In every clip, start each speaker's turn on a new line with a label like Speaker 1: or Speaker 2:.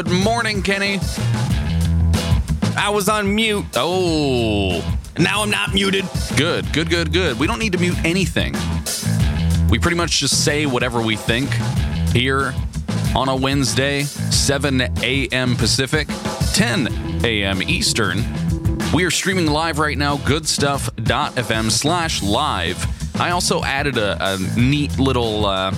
Speaker 1: time, Kenny. I was on mute. Oh, now I'm not muted. Good, good, good, good. We don't need to mute anything. We pretty much just say whatever we think here on a Wednesday, 7 a.m. Pacific, 10 a.m. Eastern. We are streaming live right now, goodstuff.fm slash live. I also added a, a neat little uh,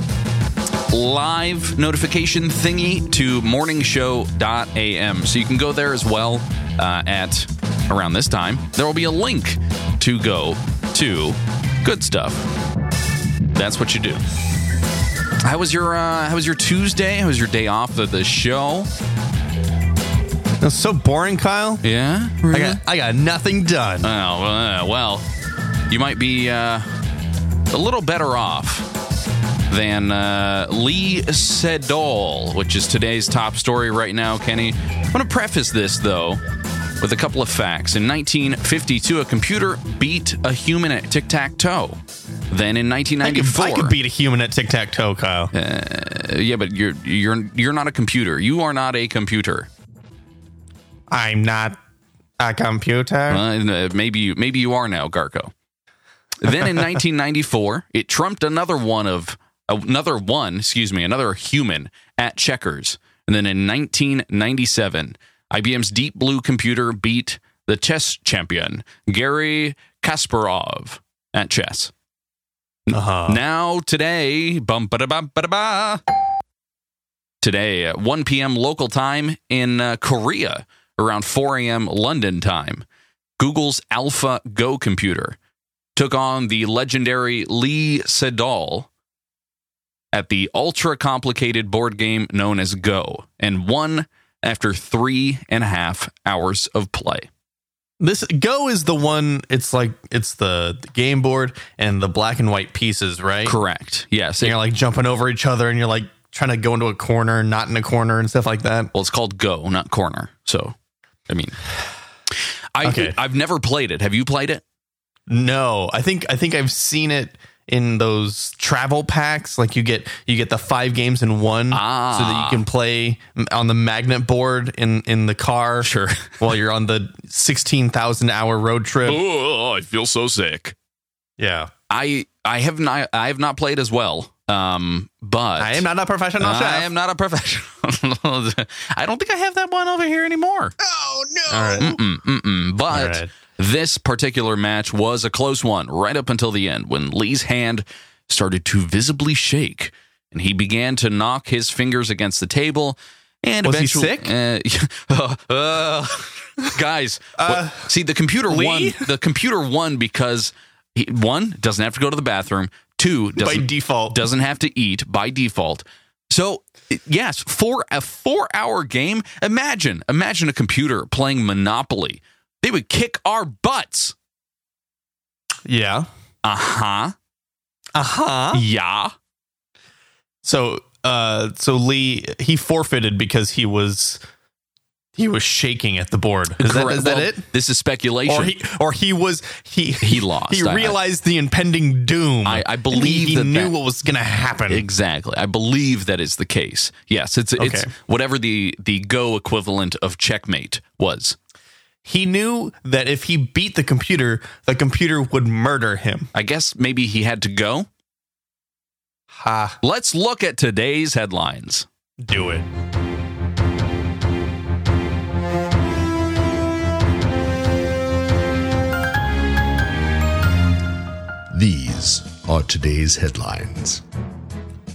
Speaker 1: live notification thingy to morningshow.am. So you can go there as well uh, at around this time. There will be a link to go to good stuff. That's what you do. How was your uh, How was your Tuesday? How was your day off of the show?
Speaker 2: That's so boring, Kyle.
Speaker 1: Yeah,
Speaker 2: I got, I got nothing done.
Speaker 1: Oh uh, well, you might be uh, a little better off than uh, Lee Sedol, which is today's top story right now, Kenny. I'm going to preface this though with a couple of facts. In 1952, a computer beat a human at tic tac toe. Then in
Speaker 2: I could,
Speaker 1: 1994,
Speaker 2: I could beat a human at tic tac toe, Kyle.
Speaker 1: Uh, yeah, but you're you're you're not a computer. You are not a computer.
Speaker 2: I'm not a computer.
Speaker 1: Uh, maybe you maybe you are now, Garco. Then in 1994, it trumped another one of another one, excuse me, another human at checkers. And then in 1997, IBM's Deep Blue computer beat the chess champion Gary Kasparov at chess.
Speaker 2: Uh-huh.
Speaker 1: Now today, bum ba da ba ba da ba. Today, at 1 p.m. local time in uh, Korea, around 4 a.m. London time, Google's AlphaGo computer took on the legendary Lee Sedol at the ultra complicated board game known as Go and won after three and a half hours of play.
Speaker 2: This Go is the one. It's like it's the, the game board and the black and white pieces, right?
Speaker 1: Correct. Yes.
Speaker 2: So
Speaker 1: it-
Speaker 2: you're like jumping over each other, and you're like trying to go into a corner, not in a corner, and stuff like that.
Speaker 1: Well, it's called Go, not Corner. So, I mean, I
Speaker 2: Okay.
Speaker 1: I've never played it. Have you played it?
Speaker 2: No, I think I think I've seen it in those travel packs. Like you get you get the five games in one,
Speaker 1: Ah.
Speaker 2: so that you can play m- on the magnet board in in the car.
Speaker 1: Sure.
Speaker 2: while you're on the sixteen thousand hour road trip.
Speaker 1: Oh, I feel so sick.
Speaker 2: Yeah,
Speaker 1: I I have not I have not played as well. Um, but
Speaker 2: I am not a professional chef.
Speaker 1: I am not a professional. I don't think I have that one over here anymore.
Speaker 2: Oh no! All right.
Speaker 1: Mm-mm, mm-mm. But
Speaker 2: All right.
Speaker 1: this particular match was a close one right up until the end when Lee's hand started to visibly shake and he began to knock his fingers against the table. And
Speaker 2: Was he
Speaker 1: eventually,
Speaker 2: sick? Uh,
Speaker 1: Uh, uh, guys, what- see the computer
Speaker 2: Lee?
Speaker 1: won. The computer won because he, one doesn't have to go to the bathroom. Two
Speaker 2: By
Speaker 1: doesn't
Speaker 2: default,
Speaker 1: doesn't have to eat by default. So, i- yes, for a four hour game, imagine, imagine a computer playing Monopoly. They would kick our butts.
Speaker 2: yeah.
Speaker 1: Uh huh.
Speaker 2: Uh
Speaker 1: Uh-huh.
Speaker 2: huh.
Speaker 1: Yeah.
Speaker 2: So, uh, so Lee he forfeited because he was he was shaking at the board. Is that,
Speaker 1: Correct.
Speaker 2: is that
Speaker 1: Well,
Speaker 2: it?
Speaker 1: This is speculation.
Speaker 2: Or he or he was he
Speaker 1: He lost.
Speaker 2: He
Speaker 1: I- I-
Speaker 2: realized the impending doom.
Speaker 1: I- I
Speaker 2: And
Speaker 1: believe
Speaker 2: he,
Speaker 1: that
Speaker 2: knew
Speaker 1: that-
Speaker 2: what was going to happen.
Speaker 1: Exactly. I believe that is the case. Yes, it's it's
Speaker 2: Okay.
Speaker 1: whatever the the Go equivalent of checkmate was.
Speaker 2: he knew that if he beat the computer, the computer would murder him.
Speaker 1: I guess maybe he had to go.
Speaker 2: Ha!
Speaker 1: Let's look at today's headlines.
Speaker 2: Do it.
Speaker 3: These are today's headlines.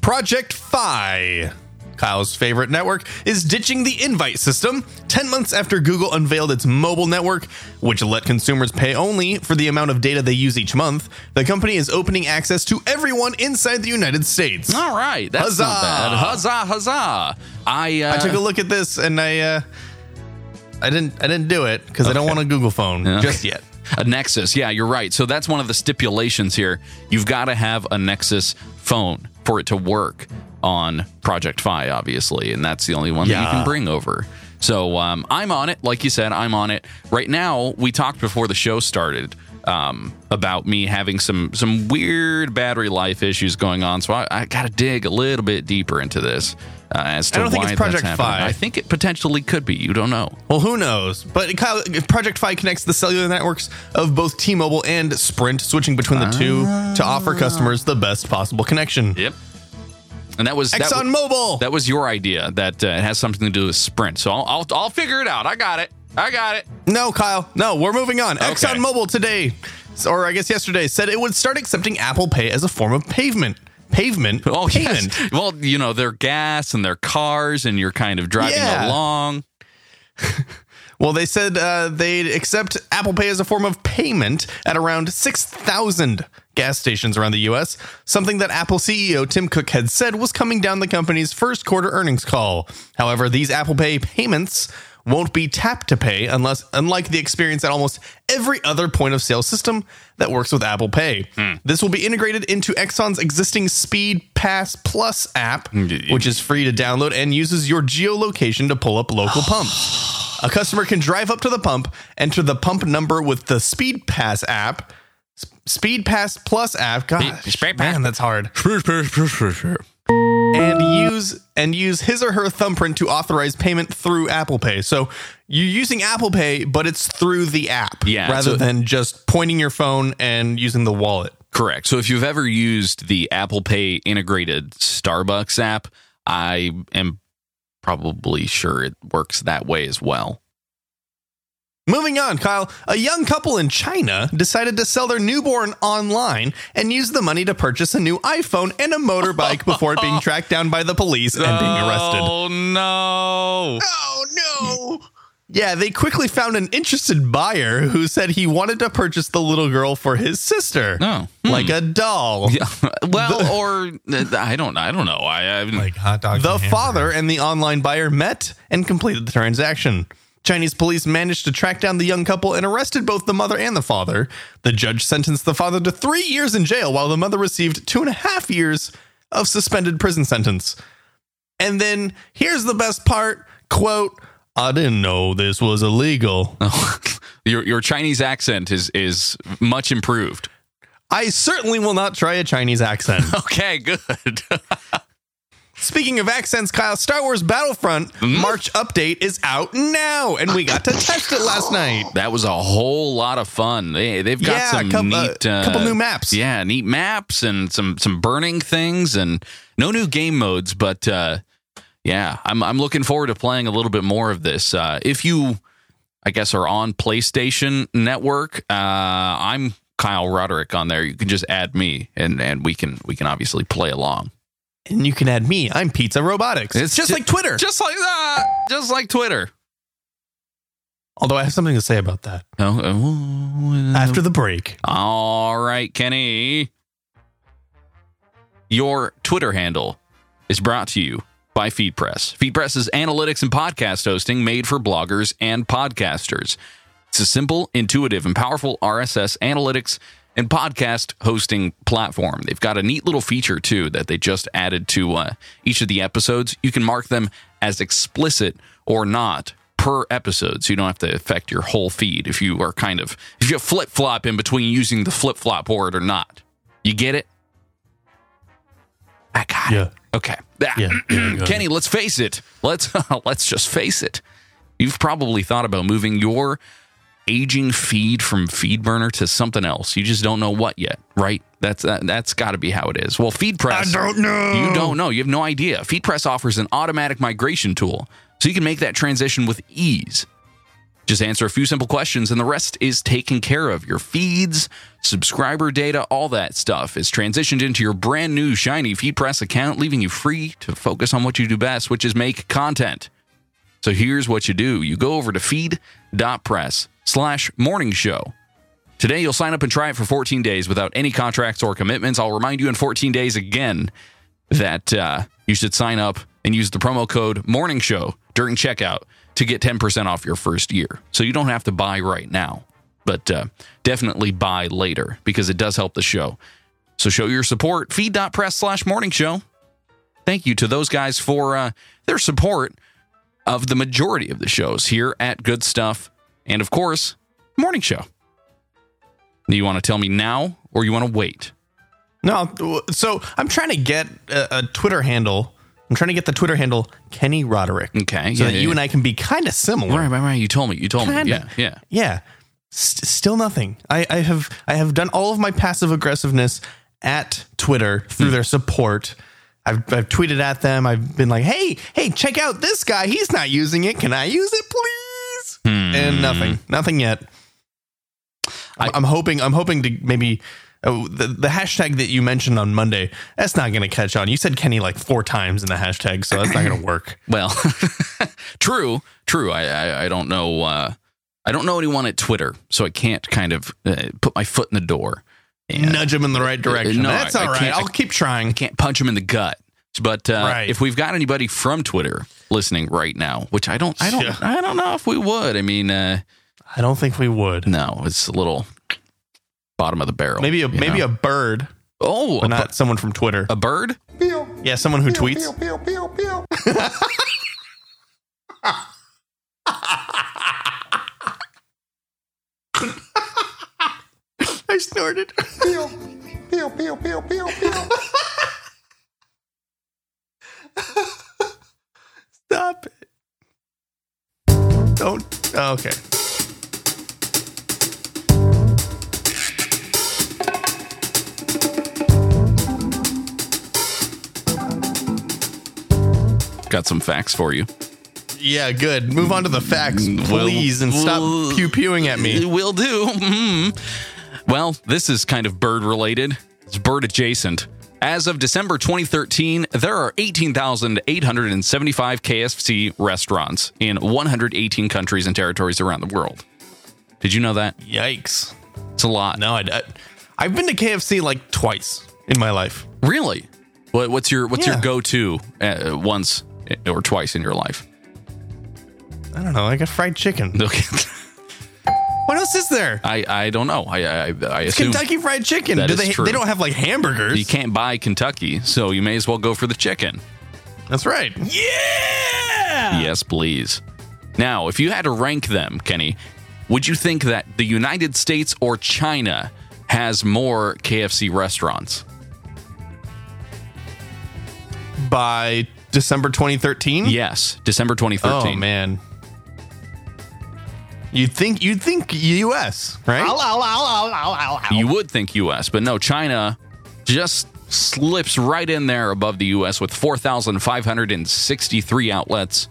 Speaker 2: Project Fi, Kyle's favorite network, is ditching the invite system 10 months after Google unveiled its mobile network, which let consumers pay only for the amount of data they use each month. The company is opening access to everyone inside the United States.
Speaker 1: All right, that's not
Speaker 2: Huzzah!
Speaker 1: bad. Huzzah, huzzah! I uh,
Speaker 2: I took a look at this and I uh I didn't I didn't do it because I don't want a Google phone just yet.
Speaker 1: A Nexus. Yeah, you're right. So that's one of the stipulations here. You've got to have a Nexus phone for it to work on Project Fi, obviously. And that's the only one that you can
Speaker 2: Yeah.
Speaker 1: bring over. So um, I'm on it. Like you said, I'm on it. Right now, we talked before the show started. Um, about me having some some weird battery life issues going on, so I, I got to dig a little bit deeper into this. uh, as to
Speaker 2: I don't
Speaker 1: why
Speaker 2: think it's Project
Speaker 1: that's happening.
Speaker 2: Fi.
Speaker 1: I think it potentially could be. You don't know.
Speaker 2: Well, who knows? But Kyle, Project Fi connects the cellular networks of both T-Mobile and Sprint, switching between the two to offer
Speaker 1: Ah.
Speaker 2: customers the best possible connection.
Speaker 1: Yep. And that was that, wa-
Speaker 2: ExxonMobil.
Speaker 1: that was your idea that uh, it has something to do with Sprint. So I'll, I'll I'll figure it out. I got it. I got it.
Speaker 2: No, Kyle. No, we're moving on.
Speaker 1: Okay.
Speaker 2: ExxonMobil today, or I guess yesterday, said it would start accepting Apple Pay as a form of pavement. Pavement.
Speaker 1: Oh
Speaker 2: payment.
Speaker 1: yes. Well, you know their gas and their cars, and you're kind of driving
Speaker 2: Yeah.
Speaker 1: along.
Speaker 2: Well, they said uh, they'd accept Apple Pay as a form of payment at around 6,000 gas stations around the U.S., something that Apple CEO Tim Cook had said was coming down the company's first quarter earnings call. However, these Apple Pay payments won't be tap to pay unless unlike the experience at almost every other point of sale system that works with Apple Pay. This will be integrated into Exxon's existing Speed Pass Plus app, which is free to download and uses your geolocation to pull up local pumps. A customer can drive up to the pump, enter the pump number with the Speed Pass app, S- Speed Pass Plus app. God,
Speaker 1: Speed Pass.
Speaker 2: man, that's hard. And use and use his or her thumbprint to authorize payment through Apple Pay. So you're using Apple Pay, but it's through the app,
Speaker 1: Yeah,
Speaker 2: rather
Speaker 1: so-
Speaker 2: than just pointing your phone and using the wallet.
Speaker 1: Correct. So if you've ever used the Apple Pay integrated Starbucks app, I am probably sure it works that way as well.
Speaker 2: Moving on, Kyle, a young couple in China decided to sell their newborn online and use the money to purchase a new iPhone and a motorbike before it being tracked down by the police and being arrested.
Speaker 1: Oh no.
Speaker 2: Oh, no. Yeah, they quickly found an interested buyer who said he wanted to purchase the little girl for his sister.
Speaker 1: No.
Speaker 2: Like a doll.
Speaker 1: Yeah. Well, or uh, I don't I don't know. I, I like
Speaker 3: hot dog.
Speaker 2: The father and the online buyer met and completed the transaction. Chinese police managed to track down the young couple and arrested both the mother and the father. The judge sentenced the father to three years in jail, while the mother received two and a half years of suspended prison sentence. And then here's the best part quote, I didn't know this was illegal.
Speaker 1: your your Chinese accent is is much improved.
Speaker 2: I certainly will not try a Chinese accent.
Speaker 1: Okay, good.
Speaker 2: Speaking of accents, Kyle, Star Wars Battlefront March update is out now, and we got to test it last night.
Speaker 1: that was a whole lot of fun. They they've got
Speaker 2: Yeah, a
Speaker 1: some
Speaker 2: couple-
Speaker 1: neat
Speaker 2: uh, couple new maps.
Speaker 1: Yeah, neat maps and some some burning things and no new game modes, but uh yeah, I'm I'm looking forward to playing a little bit more of this. Uh if you I guess are on PlayStation Network, uh I'm Kyle Roderick on there. You can just add me and and we can we can obviously play along.
Speaker 2: And you can add me. I'm Pizza Robotics.
Speaker 1: It's
Speaker 2: It's just
Speaker 1: ju-
Speaker 2: like Twitter.
Speaker 1: Just like that. Just like Twitter.
Speaker 2: Although I have something to say about that
Speaker 1: Oh, oh, uh,
Speaker 2: after the break.
Speaker 1: All right, Kenny. Your Twitter handle is brought to you by FeedPress. FeedPress is analytics and podcast hosting made for bloggers and podcasters. It's a simple, intuitive, and powerful RSS analytics and podcast hosting platform. They've got a neat little feature, too, that they just added to uh, each of the episodes. You can mark them as explicit or not per episode, so you don't have to affect your whole feed if you are kind of, if you flip flop in between using the flip flop word or not. You get it? I got
Speaker 2: Yeah.
Speaker 1: it. Okay. Ah. Kenny, let's face it. Let's let's just face it. You've probably thought about moving your aging feed from FeedBurner to something else. You just don't know what yet, right? That's that, that's got to be how it is. Well, FeedPress. I don't know. You don't know. You have no idea. FeedPress offers an automatic migration tool, so you can make that transition with ease. Just answer a few simple questions, and the rest is taken care of. Your feeds, subscriber data, all that stuff is transitioned into your brand new shiny FeedPress account, leaving you free to focus on what you do best, which is make content. So here's what you do you go over to feed.press slash morning show. Today, you'll sign up and try it for 14 days without any contracts or commitments. I'll remind you in 14 days again that uh, you should sign up and use the promo code morning show during checkout to get 10% off your first year. So you don't have to buy right now, but uh, definitely buy later because it does help the show. So show your support. Feed.press slash morning show. Thank you to those guys for uh, their support of the majority of the shows here at Good Stuff and, of course, Morning Show. Do you want to tell me now or you want to wait?
Speaker 2: No, so I'm trying to get a, a Twitter handle I'm trying to get the Twitter handle Kenny Roderick.
Speaker 1: Okay,
Speaker 2: So
Speaker 1: yeah,
Speaker 2: that
Speaker 1: yeah,
Speaker 2: you
Speaker 1: yeah.
Speaker 2: and I can be kind of similar.
Speaker 1: Right, right, right. You told me. You told me. Yeah,
Speaker 2: Kinda.
Speaker 1: yeah.
Speaker 2: Yeah. St- still nothing. I, I have I have done all of my passive aggressiveness at Twitter through
Speaker 1: Hmm.
Speaker 2: their support. I've, I've tweeted at them. I've been like, "Hey, hey, check out this guy. He's not using it. Can I use it, please?" And nothing, nothing yet. I,
Speaker 1: Hmm. I-
Speaker 2: am hoping. I'm hoping to maybe oh, the the hashtag that you mentioned on Monday. That's not going to catch on. You said Kenny like four times in the hashtag, so that's not going to work.
Speaker 1: Well, true, true. I, I, I don't know. Uh, I don't know anyone at Twitter, so I can't kind of uh, put my foot in the door. And
Speaker 2: Nudge him in the right direction.
Speaker 1: no,
Speaker 2: that's
Speaker 1: I- I
Speaker 2: all right.
Speaker 1: can't- I-
Speaker 2: I'll keep trying.
Speaker 1: I can't punch him in the gut. But uh,
Speaker 2: Right.
Speaker 1: if we've got anybody from Twitter listening right now, which I don't, I don't,
Speaker 2: Yeah.
Speaker 1: I don't know if we would. I mean, uh,
Speaker 2: I don't think we would.
Speaker 1: no, it's a little bottom of the barrel.
Speaker 2: Maybe a
Speaker 1: you
Speaker 2: maybe
Speaker 1: know?
Speaker 2: a bird,
Speaker 1: oh,
Speaker 2: but
Speaker 1: a,
Speaker 2: not someone from Twitter.
Speaker 1: bu- a bird.
Speaker 2: yeah, someone who tweets. I snorted. Stop it. Don't. oh, okay.
Speaker 1: Got some facts for you.
Speaker 2: Yeah, good. Move on to the facts, please, and
Speaker 1: well-
Speaker 2: stop pew pewing at
Speaker 1: It
Speaker 2: me.
Speaker 1: will do. Mhm. Well, this is kind of bird related. It's bird adjacent. As of December 2013, there are 18,875 KFC restaurants in 118 countries and territories around the world. Did you know that?
Speaker 2: Yikes.
Speaker 1: It's a lot.
Speaker 2: No, I, I, I've been to KFC like twice in my life.
Speaker 1: Really? What, what's your what's
Speaker 2: Yeah.
Speaker 1: your go-to uh, once or twice in your life?
Speaker 2: I don't know. I got fried chicken.
Speaker 1: Okay.
Speaker 2: What else is there?
Speaker 1: I I don't know. I I, I assume
Speaker 2: Kentucky Fried Chicken.
Speaker 1: That
Speaker 2: Do
Speaker 1: is
Speaker 2: they?
Speaker 1: true.
Speaker 2: They don't have like
Speaker 1: you
Speaker 2: hamburgers.
Speaker 1: can't buy Kentucky, so you may as well go for the chicken.
Speaker 2: That's right. Yeah.
Speaker 1: Yes, please. Now, if you had to rank them, Kenny, would you think that the United States or China has more KFC restaurants?
Speaker 2: By December 2013.
Speaker 1: Yes, December 2013.
Speaker 2: Hmm. Oh man. You'd think you'd think U.S. right?
Speaker 1: You would think US, but no, China just slips right in there above the US with 4,563 outlets,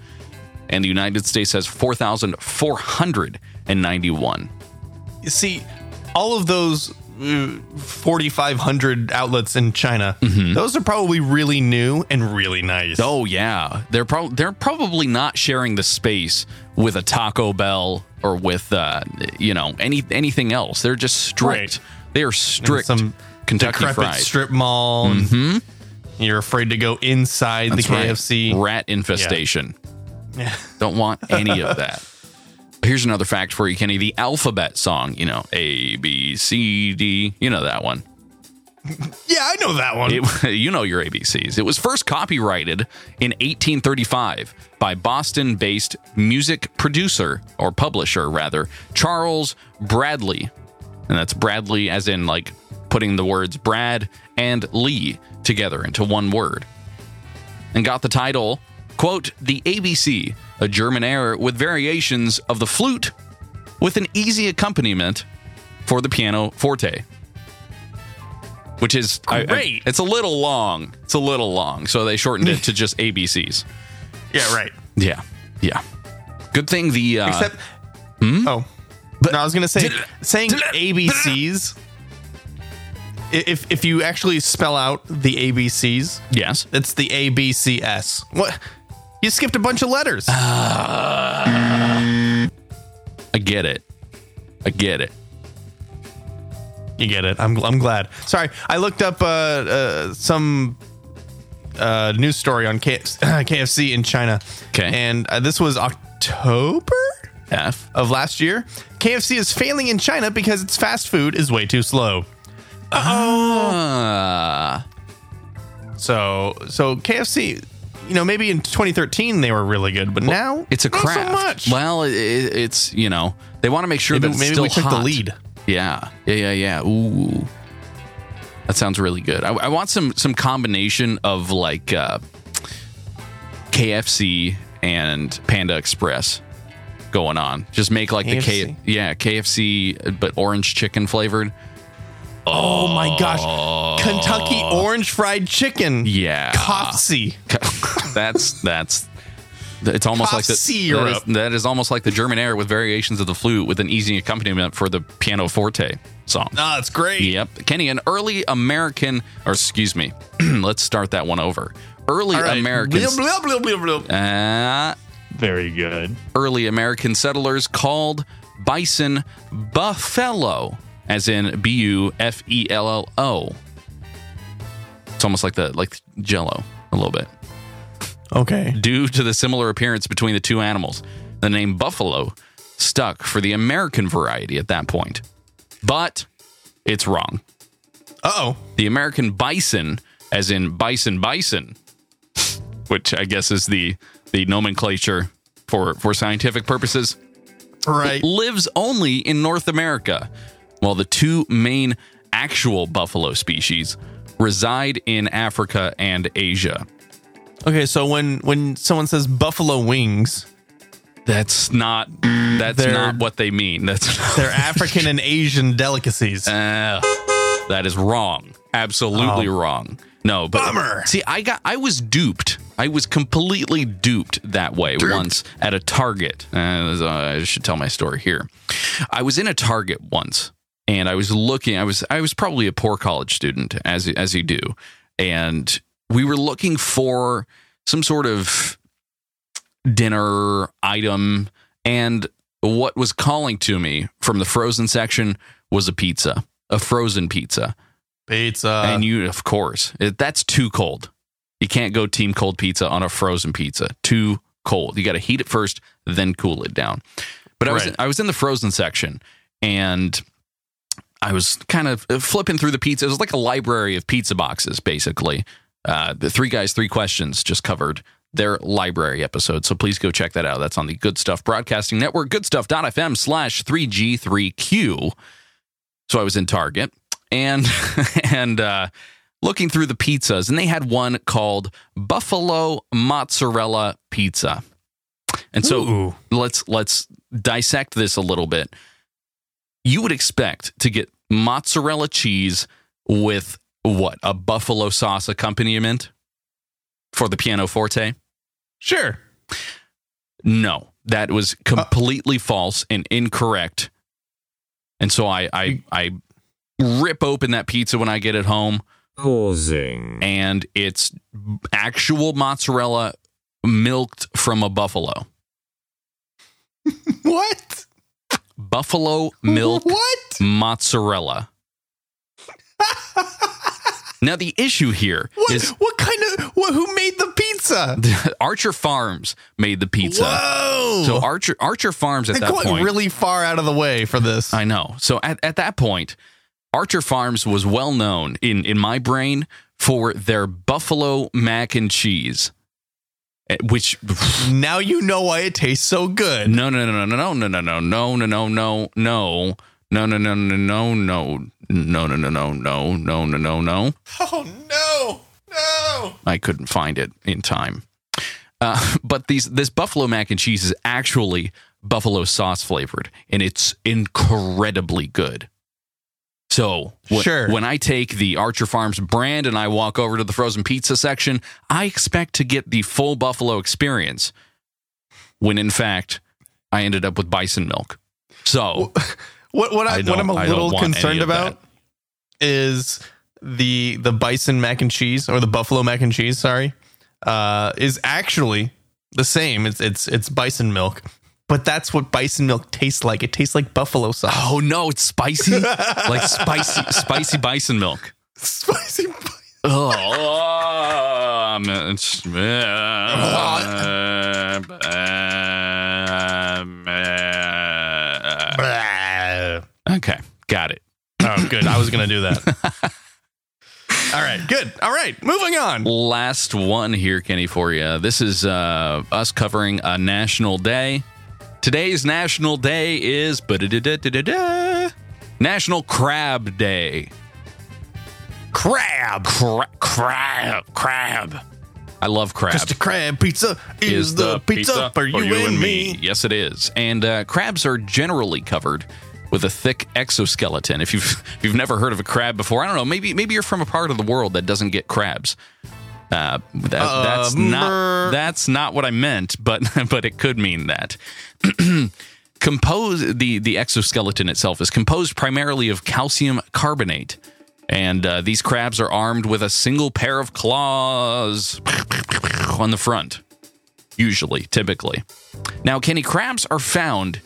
Speaker 1: and the United States has 4,491.
Speaker 2: See, all of those uh, 4,500 outlets in China. Those are probably really new and really nice.
Speaker 1: Oh yeah, they're probably they're probably not sharing the space with a Taco Bell or with uh, you know any anything else. They're just strict.
Speaker 2: Right.
Speaker 1: They are strict.
Speaker 2: some
Speaker 1: Kentucky
Speaker 2: decrepit
Speaker 1: Fried.
Speaker 2: strip mall. and You're afraid to go inside
Speaker 1: That's
Speaker 2: the
Speaker 1: right.
Speaker 2: KFC.
Speaker 1: rat infestation.
Speaker 2: Yeah.
Speaker 1: Don't want any of that. Here's another fact for you, Kenny. The alphabet song, you know, A B C D. You know that one.
Speaker 2: Yeah, I know that one.
Speaker 1: It, you know your ABCs. It was first copyrighted in 1835 by Boston based music producer, or publisher rather, Charles Bradley. And that's Bradley as in like putting the words Brad and Lee together into one word. And got the title, quote, The ABC, a German air with variations of the flute with an easy accompaniment for the piano forte which is I- I-
Speaker 2: Great.
Speaker 1: it's a little long. It's a little long, so they shortened it to just ABCs.
Speaker 2: yeah, right.
Speaker 1: Yeah, yeah. Good thing the uh,
Speaker 2: Except, oh, but no, I was gonna say saying ABCs. i- If if you actually spell out the ABCs,
Speaker 1: yes,
Speaker 2: it's the ABCS. What? You skipped a bunch of letters.
Speaker 1: I get it. I get it.
Speaker 2: You get it. I'm I'm glad. Sorry, I looked up uh, uh, some uh, news story on KFC, KFC in China.
Speaker 1: 'Kay.
Speaker 2: and uh, this was October
Speaker 1: F.
Speaker 2: of last year. KFC is failing in China because its fast food is way too slow.
Speaker 1: Uh,
Speaker 2: So so KFC, you know, maybe in 2013 they were really good, but now
Speaker 1: it's a
Speaker 2: not
Speaker 1: craft.
Speaker 2: So much.
Speaker 1: Well, it, it- it's you know they want to make sure
Speaker 2: maybe
Speaker 1: that it's
Speaker 2: maybe
Speaker 1: still
Speaker 2: we took the
Speaker 1: hot.
Speaker 2: lead.
Speaker 1: Yeah, yeah, yeah, yeah. Ooh, that sounds really good. I, I want some some combination of like uh, KFC and Panda Express going on. Just make like the K
Speaker 2: KFC?
Speaker 1: yeah, KFC but orange chicken flavored.
Speaker 2: Oh my gosh. Kentucky orange fried chicken.
Speaker 1: Yeah.
Speaker 2: Kofsi.
Speaker 1: that's that's it's almost like the,
Speaker 2: Cough
Speaker 1: that, is,
Speaker 2: syrup.
Speaker 1: that is almost like the German air with variations of the flute with an easy accompaniment for the pianoforte song.
Speaker 2: Oh, it's great.
Speaker 1: Yep. Kenny, an early American, or excuse me, let's start that one over. Early
Speaker 2: All right.
Speaker 1: American,
Speaker 2: Blah, blah, blah, blah, blah.
Speaker 1: uh,
Speaker 4: Very good.
Speaker 1: early American settlers called bison buffalo, as in B U F E L L O. It's almost like the like Jello a little bit
Speaker 2: Okay.
Speaker 1: due to the similar appearance between the two animals. The name buffalo stuck for the American variety at that point, but it's wrong.
Speaker 2: Uh oh.
Speaker 1: the American bison, as in bison bison, which I guess is the the nomenclature for for scientific purposes,
Speaker 2: Right.
Speaker 1: lives only in North America, while the two main actual buffalo species reside in Africa and Asia.
Speaker 2: Okay, so when when someone says buffalo wings,
Speaker 1: That's not that's
Speaker 2: They're-
Speaker 1: not what they mean. That's
Speaker 2: they're African and Asian delicacies.
Speaker 1: Uh, that is wrong. Absolutely wrong. No, but
Speaker 2: Bummer.
Speaker 1: see, I got, I was duped. I was completely duped that way once at a Target. Uh, so I should tell my story here. I was in a Target once, and I was looking. I was, I was probably a poor college student, as as you do, and we were looking for some sort of dinner item, and what was calling to me from the frozen section was a pizza, a frozen pizza.
Speaker 2: Pizza.
Speaker 1: and you, of course, it, that's too cold. You can't go team cold pizza on a frozen pizza. Too cold. You got to heat it first, then cool it down. But I was
Speaker 2: Right.
Speaker 1: I was in the frozen section, and I was kind of uh, flipping through the pizza. It was like a library of pizza boxes, basically. Uh, the three guys, three questions just covered their library episode. So please go check that out. That's on the Good Stuff Broadcasting Network, goodstuff.fm slash 3G3Q. So I was in Target and and uh, looking through the pizzas, and they had one called Buffalo Mozzarella Pizza. And so
Speaker 2: Ooh.
Speaker 1: let's let's dissect this a little bit. You would expect to get mozzarella cheese with what a buffalo sauce accompaniment for the pianoforte.
Speaker 2: sure.
Speaker 1: No, that
Speaker 2: Uh,
Speaker 1: was completely false and incorrect. And so I, I I rip open that pizza when I get it home,
Speaker 4: Pausing.
Speaker 1: and it's actual mozzarella milked from a buffalo.
Speaker 2: What?
Speaker 1: Buffalo milk
Speaker 2: What?
Speaker 1: mozzarella. now the issue here
Speaker 2: What?
Speaker 1: is
Speaker 2: what kind of? What, who made the pizza?
Speaker 1: Archer Farms made the pizza.
Speaker 2: Whoa.
Speaker 1: So Archer Archer Farms at
Speaker 2: They're
Speaker 1: that
Speaker 2: going
Speaker 1: point.
Speaker 2: really far out of the way for this.
Speaker 1: I know. So at, at that point, Archer Farms was well known in, in my brain for their buffalo mac and cheese, eh, which
Speaker 2: now you know why it tastes so good.
Speaker 1: no no no no no no no no no no no no no no no no no no no no no no no no no no no no
Speaker 2: Oh no! No!
Speaker 1: I couldn't find it in time. Uh, but these this buffalo mac and cheese is actually buffalo sauce flavored, and it's incredibly good. So when,
Speaker 2: Sure.
Speaker 1: when I take the Archer Farms brand and I walk over to the frozen pizza section, I expect to get the full buffalo experience. When in fact, I ended up with bison milk. So
Speaker 2: What what,
Speaker 1: I
Speaker 2: I,
Speaker 1: don't-
Speaker 2: what I'm a
Speaker 1: I don't
Speaker 2: little
Speaker 1: want any
Speaker 2: concerned
Speaker 1: of that.
Speaker 2: about is the the bison mac and cheese or the buffalo mac and cheese. Sorry, uh, is actually the same. It's it's it's bison milk, but that's what bison milk tastes like. It tastes like buffalo sauce.
Speaker 1: oh no, it's spicy, like spicy spicy bison milk.
Speaker 2: Spicy. bison-
Speaker 1: Oh, um, it's, um, um, okay, um, got it.
Speaker 2: Oh, good. I was gonna do that. All right, good. All right, moving on.
Speaker 1: Last one here, Kenny, for you. This is uh, us covering a national day. Today's national day is ba-da-da-da-da-da, National Crab Day. Crab, Cra- crab, crab, I love crab.
Speaker 2: Just a crab pizza is, the pizza, for you, and me.
Speaker 1: Yes, it is. And uh, crabs are generally covered with a thick exoskeleton. If you've if you've never heard of a crab before, I don't know. Maybe maybe you're from a part of the world that doesn't get crabs. Uh, that, that's
Speaker 2: mer-
Speaker 1: not that's not what I meant, but but it could mean that. composed the the exoskeleton itself is composed primarily of calcium carbonate, and uh, these crabs are armed with a single pair of claws on the front usually, typically. Now, Kenny, crabs are found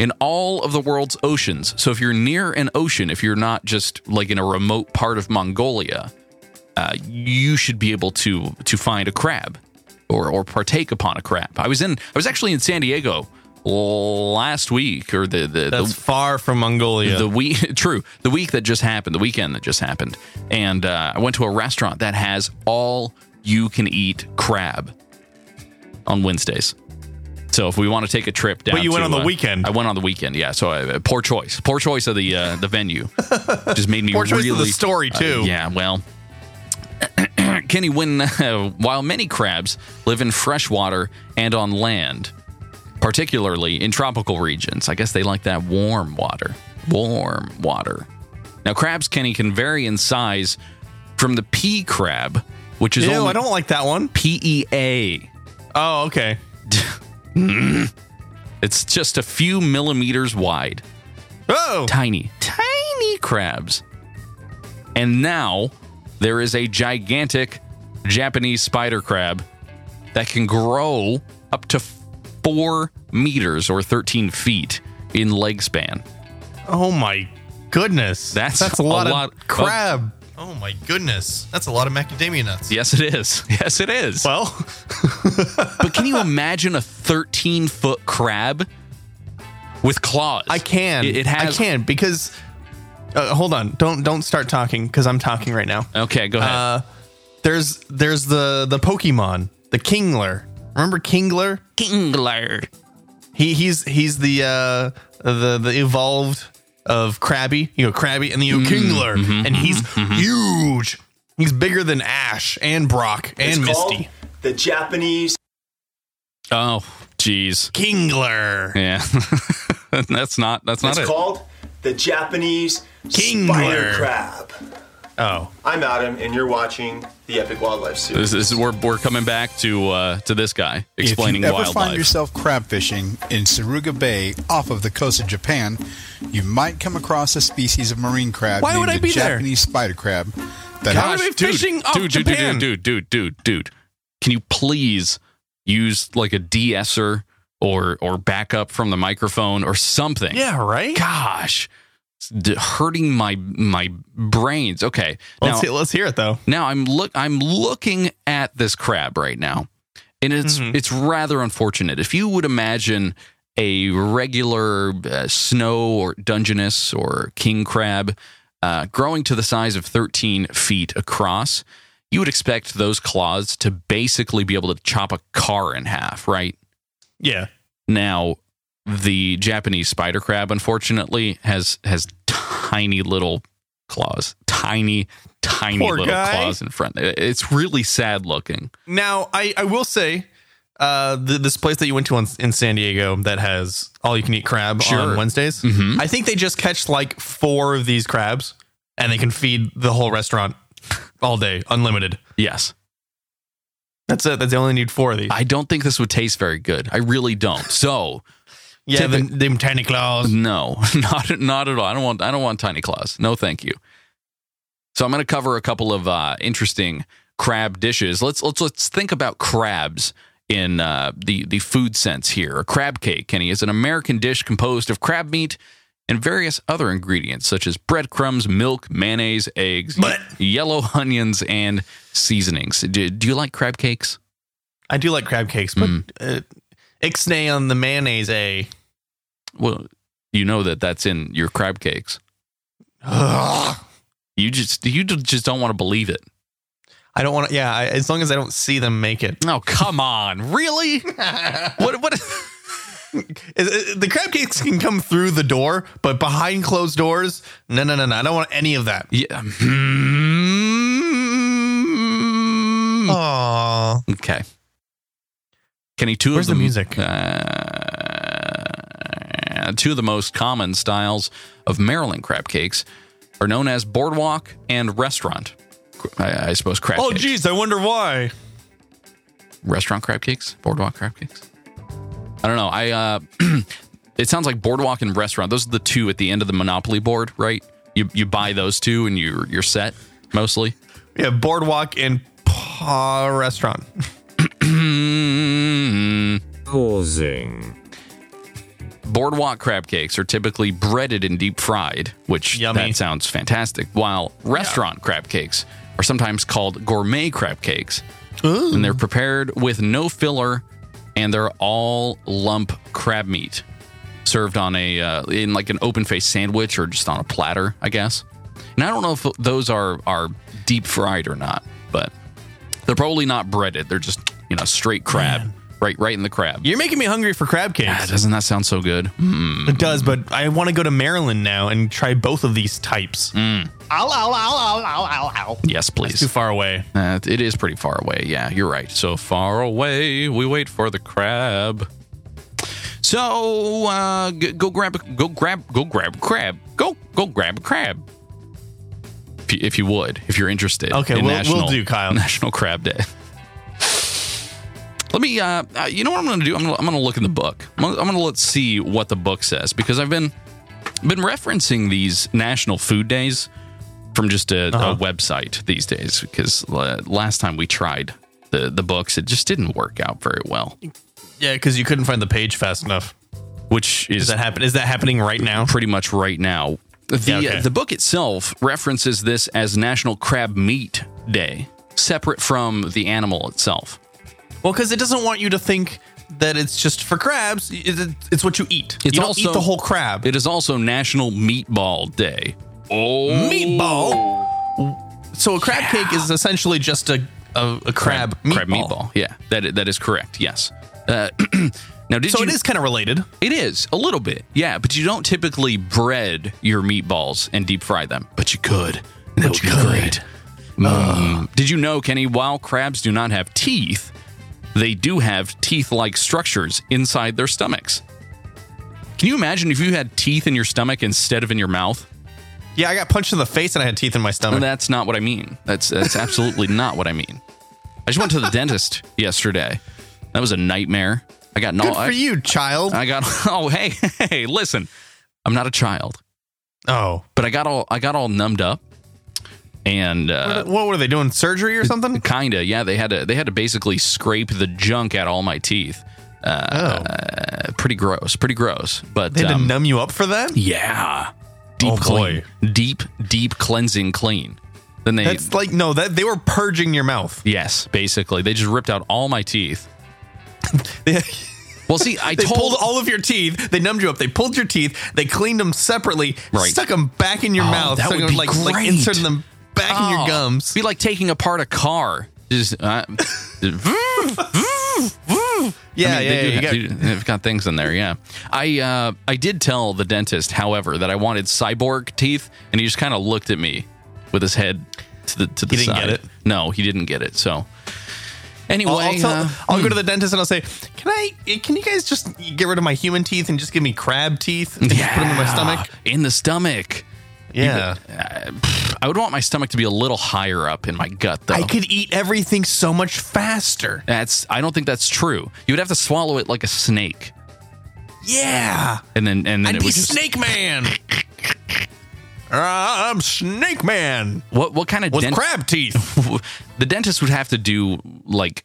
Speaker 1: in all of the world's oceans. So if you're near an ocean, if you're not just like in a remote part of Mongolia, uh, you should be able to to find a crab or or partake upon a crab. I was in I was actually in San Diego last week or the the,
Speaker 2: That's
Speaker 1: the
Speaker 2: far from Mongolia.
Speaker 1: the week true the week that just happened the weekend that just happened and uh, i went to a restaurant that has all you can eat crab on wednesdays so if we want to take a trip down
Speaker 2: But you went
Speaker 1: to,
Speaker 2: on the
Speaker 1: uh,
Speaker 2: weekend.
Speaker 1: i went on the weekend yeah so I, poor choice poor choice of the uh, the venue just made me
Speaker 2: Poor choice
Speaker 1: really uh,
Speaker 2: of the story too.
Speaker 1: yeah, well, Kenny, when uh, while many crabs live in freshwater and on land, particularly in tropical regions, I guess they like that warm water. Warm water. Now, crabs, Kenny, can vary in size from the pea crab, which is
Speaker 2: Ew,
Speaker 1: only E
Speaker 2: I don't like that one.
Speaker 1: PEA.
Speaker 2: Oh, okay.
Speaker 1: It's just a few millimeters wide.
Speaker 2: Oh,
Speaker 1: tiny, tiny crabs. And now there is a gigantic Japanese spider crab that can grow up to four meters or 13 feet in leg span.
Speaker 2: oh my goodness.
Speaker 1: That's
Speaker 2: that's a lot,
Speaker 1: a
Speaker 2: of
Speaker 1: lot-
Speaker 2: crab. Oh my goodness, that's a lot of macadamia nuts.
Speaker 1: Yes, it is. Yes, it is.
Speaker 2: Well,
Speaker 1: but can you imagine a 13 foot crab with claws?
Speaker 2: I can.
Speaker 1: It, it has.
Speaker 2: I can because. Uh, hold on. Don't don't start talking because I'm talking right now.
Speaker 1: Okay, go ahead.
Speaker 2: Uh, there's there's the the Pokemon, the Kingler. Remember Kingler?
Speaker 1: Kingler.
Speaker 2: He he's he's the uh the the evolved of Krabby. You know Krabby and the Kingler, and he's huge. He's bigger than Ash and Brock and
Speaker 5: It's called
Speaker 2: Misty.
Speaker 5: The Japanese
Speaker 1: Oh, jeez.
Speaker 2: Kingler.
Speaker 1: Yeah. that's not, that's not
Speaker 5: it's
Speaker 1: it.
Speaker 5: called the Japanese
Speaker 2: Kingler.
Speaker 5: spider crab.
Speaker 2: Oh,
Speaker 5: I'm Adam and you're watching the Epic Wildlife
Speaker 1: This,
Speaker 5: Series.
Speaker 1: this is we're we're coming back to uh, to this guy explaining
Speaker 6: if you ever
Speaker 1: wildlife.
Speaker 6: find yourself crab fishing in Suruga Bay off of the coast of Japan, you might come across a species of marine crab
Speaker 2: Why
Speaker 6: named
Speaker 2: would I
Speaker 6: the
Speaker 2: be there?
Speaker 6: Japanese spider crab. That
Speaker 2: Gosh,
Speaker 6: has-
Speaker 2: We're fishing off
Speaker 1: dude, dude,
Speaker 2: Japan.
Speaker 1: dude, dude, dude, dude, dude, Can you please use like a de-esser or or backup from the microphone or something?
Speaker 2: yeah, right.
Speaker 1: Gosh, it's d- hurting my my brains. Okay,
Speaker 2: Let's he-
Speaker 1: now
Speaker 2: let's hear it though.
Speaker 1: now I'm look I'm looking at this crab right now, and it's it's rather unfortunate. If you would imagine a regular uh, snow or dungeness or king crab uh, growing to the size of 13 feet across, you would expect those claws to basically be able to chop a car in half, right?
Speaker 2: Yeah.
Speaker 1: Now, the Japanese spider crab, unfortunately, has has tiny little claws, tiny, tiny
Speaker 2: Poor
Speaker 1: little
Speaker 2: guy.
Speaker 1: claws in front. It- It's really sad looking.
Speaker 2: Now, I, I will say, uh, th- this place that you went to on, in San Diego that has all you can eat crab
Speaker 1: Sure.
Speaker 2: on Wednesdays, I think they just catch like four of these crabs and they can feed the whole restaurant all day, unlimited.
Speaker 1: Yes,
Speaker 2: That's it. That's they only need four of these.
Speaker 1: I don't think this would taste very good. I really don't. So
Speaker 2: yeah, the, them tiny claws.
Speaker 1: no, not not at all. I don't want I don't want tiny claws. No, thank you. So I'm going to cover a couple of uh, interesting crab dishes. Let's let's let's think about crabs in uh, the the food sense here. A crab cake, Kenny, is an American dish composed of crab meat and various other ingredients such as breadcrumbs, milk, mayonnaise, eggs,
Speaker 2: Blech.
Speaker 1: yellow onions, and seasonings. Do, do you like crab cakes?
Speaker 2: I do like crab cakes, but uh, ixnay on the mayonnaise, eh?
Speaker 1: Well, you know that that's in your crab cakes.
Speaker 2: Ugh.
Speaker 1: You just you just don't want to believe it.
Speaker 2: I don't want to. Yeah, I, as long as I don't see them make it.
Speaker 1: Oh, come on. Really? what what
Speaker 2: Is- is- The crab cakes can come through the door, but behind closed doors, no, no, no, no. I don't want any of that.
Speaker 1: yeah. Hmm.
Speaker 2: Oh. Aww.
Speaker 1: Okay. Can he two
Speaker 2: Where's
Speaker 1: of
Speaker 2: the music?
Speaker 1: Uh, two of the most common styles of Maryland crab cakes are known as boardwalk and restaurant. I, I suppose crab.
Speaker 2: Oh,
Speaker 1: cakes.
Speaker 2: geez, I wonder why.
Speaker 1: Restaurant crab cakes, boardwalk crab cakes. I don't know. I. uh It sounds like boardwalk and restaurant. Those are the two at the end of the Monopoly board, right? You you buy those two and you you're set mostly.
Speaker 2: Yeah, boardwalk and paw restaurant.
Speaker 1: Mm.
Speaker 4: Pausing.
Speaker 1: Boardwalk crab cakes are typically breaded and deep fried, which
Speaker 2: Yummy.
Speaker 1: that sounds fantastic. While restaurant crab cakes are sometimes called gourmet crab cakes, and they're prepared with no filler, and they're all lump crab meat served on a uh, in like an open faced sandwich or just on a platter, I guess. And I don't know if those are are deep fried or not, but they're probably not breaded. They're just you know straight crab, right right in the crab.
Speaker 2: You're making me hungry for crab
Speaker 1: Ah,
Speaker 2: cakes.
Speaker 1: Doesn't that sound so good?
Speaker 2: It does, but I want to go to Maryland now and try both of these types.
Speaker 7: Ow, ow, ow, ow, ow, ow, ow.
Speaker 1: Yes, please.
Speaker 2: Too far away.
Speaker 1: Uh, it is pretty far away. Yeah, you're right. So far away, we wait for the crab. So uh, g- go grab, a- go grab, go grab a crab. Go, go grab a crab. If you, if you would, if you're interested.
Speaker 2: Okay,
Speaker 1: in
Speaker 2: we'll- we'll do, Kyle.
Speaker 1: National Crab Day. Let me. Uh, uh, you know what I'm going to do? I'm going to look in the book. I'm going to let's see what the book says because I've been been referencing these national food days from just a,
Speaker 2: Uh-huh.
Speaker 1: a website these days because uh, last time we tried the the books, it just didn't work out very well.
Speaker 2: Yeah, because you couldn't find the page fast enough.
Speaker 1: Which is
Speaker 2: Is that happen? Is that happening right now?
Speaker 1: pretty much right now. The
Speaker 2: Yeah, okay.
Speaker 1: the book itself references this as National Crab Meat Day, separate from the animal itself.
Speaker 2: Well, because it doesn't want you to think that it's just for crabs. It- it- It's what you eat.
Speaker 1: It's
Speaker 2: you don't
Speaker 1: also-
Speaker 2: eat the whole crab.
Speaker 1: It is also National Meatball Day. Oh,
Speaker 2: meatball. So a crab cake is essentially just a a, a crab, meatball.
Speaker 1: crab meatball. Yeah, that i- that is correct. Yes. Uh, now, did
Speaker 2: So
Speaker 1: you,
Speaker 2: it is kind of related.
Speaker 1: It is a little bit, yeah. But you don't typically bread your meatballs and deep fry them. But you could. That would be great. Mm. Did you know, Kenny? While crabs do not have teeth, they do have teeth-like structures inside their stomachs. Can you imagine if you had teeth in your stomach instead of in your mouth?
Speaker 2: Yeah, I got punched in the face and I had teeth in my stomach.
Speaker 1: That's not what I mean. That's that's absolutely not what I mean. I just went to the dentist yesterday. That was a nightmare. I got
Speaker 2: Good
Speaker 1: no.
Speaker 2: for
Speaker 1: I,
Speaker 2: you, child.
Speaker 1: I got. Oh hey hey listen, I'm not a child,
Speaker 2: oh,
Speaker 1: but I got all I got all numbed up, and uh,
Speaker 2: what were they doing? Surgery or something?
Speaker 1: kinda yeah they had to they had to basically scrape the junk out of all my teeth. Uh, pretty gross, pretty gross. But
Speaker 2: They had to
Speaker 1: um,
Speaker 2: numb you up for that.
Speaker 1: yeah, deep
Speaker 2: Oh,
Speaker 1: clean,
Speaker 2: boy.
Speaker 1: deep deep cleansing clean. Then they
Speaker 2: That's like no, that they were purging your mouth.
Speaker 1: Yes, basically. They just ripped out all my teeth.
Speaker 2: They,
Speaker 1: Well, see, I
Speaker 2: they
Speaker 1: told
Speaker 2: pulled all of your teeth. They numbed you up. They pulled your teeth. They cleaned them separately.
Speaker 1: Right.
Speaker 2: Stuck them back in your
Speaker 1: Oh,
Speaker 2: mouth.
Speaker 1: that
Speaker 2: so
Speaker 1: would
Speaker 2: you
Speaker 1: be
Speaker 2: like like
Speaker 1: great.
Speaker 2: inserted them back in your
Speaker 1: Oh,
Speaker 2: gums.
Speaker 1: Be like taking apart a car. Just uh,
Speaker 2: Yeah,
Speaker 1: I mean,
Speaker 2: yeah, yeah,
Speaker 1: they do
Speaker 2: you got-
Speaker 1: have- they- they've got things in there. Yeah, I uh, I did tell the dentist, however, that I wanted cyborg teeth, and he just kind of looked at me with his head to the to the
Speaker 2: He didn't
Speaker 1: side.
Speaker 2: get it?
Speaker 1: No, he didn't get it. So anyway,
Speaker 2: I'll, I'll, tell-
Speaker 1: uh,
Speaker 2: I'll go to the dentist and I'll say, "Can I? Can you guys just get rid of my human teeth and just give me crab teeth and just put them in my
Speaker 1: yeah,
Speaker 2: stomach?"
Speaker 1: In the stomach.
Speaker 2: Yeah,
Speaker 1: I would want my stomach to be a little higher up in my gut, though.
Speaker 2: I could eat everything so much faster.
Speaker 1: That's I don't think that's true. You would have to swallow it like a snake,
Speaker 2: Yeah,
Speaker 1: and then and then
Speaker 2: I'd
Speaker 1: it
Speaker 2: be
Speaker 1: would just.
Speaker 2: Snake Man. I'm Snake Man
Speaker 1: What what kind of
Speaker 2: with
Speaker 1: dent-
Speaker 2: crab teeth.
Speaker 1: the dentist would have to do like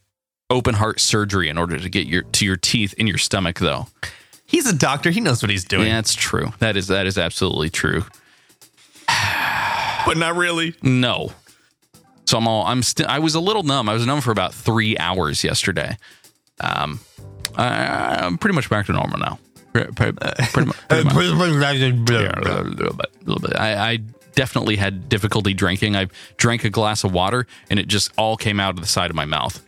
Speaker 1: open heart surgery in order to get your to your teeth in your stomach, though.
Speaker 2: He's a doctor. He knows what he's doing,
Speaker 1: Yeah, that's true. That is that is absolutely true.
Speaker 2: but not really.
Speaker 1: No. So I'm all I'm still I was a little numb. I was numb for about three hours yesterday. Um, I, I'm pretty much back to normal now. Pretty, pretty, pretty much. Pretty much. Yeah, a little bit, a little bit. I, I definitely had difficulty drinking. I drank a glass of water and it just all came out of the side of my mouth.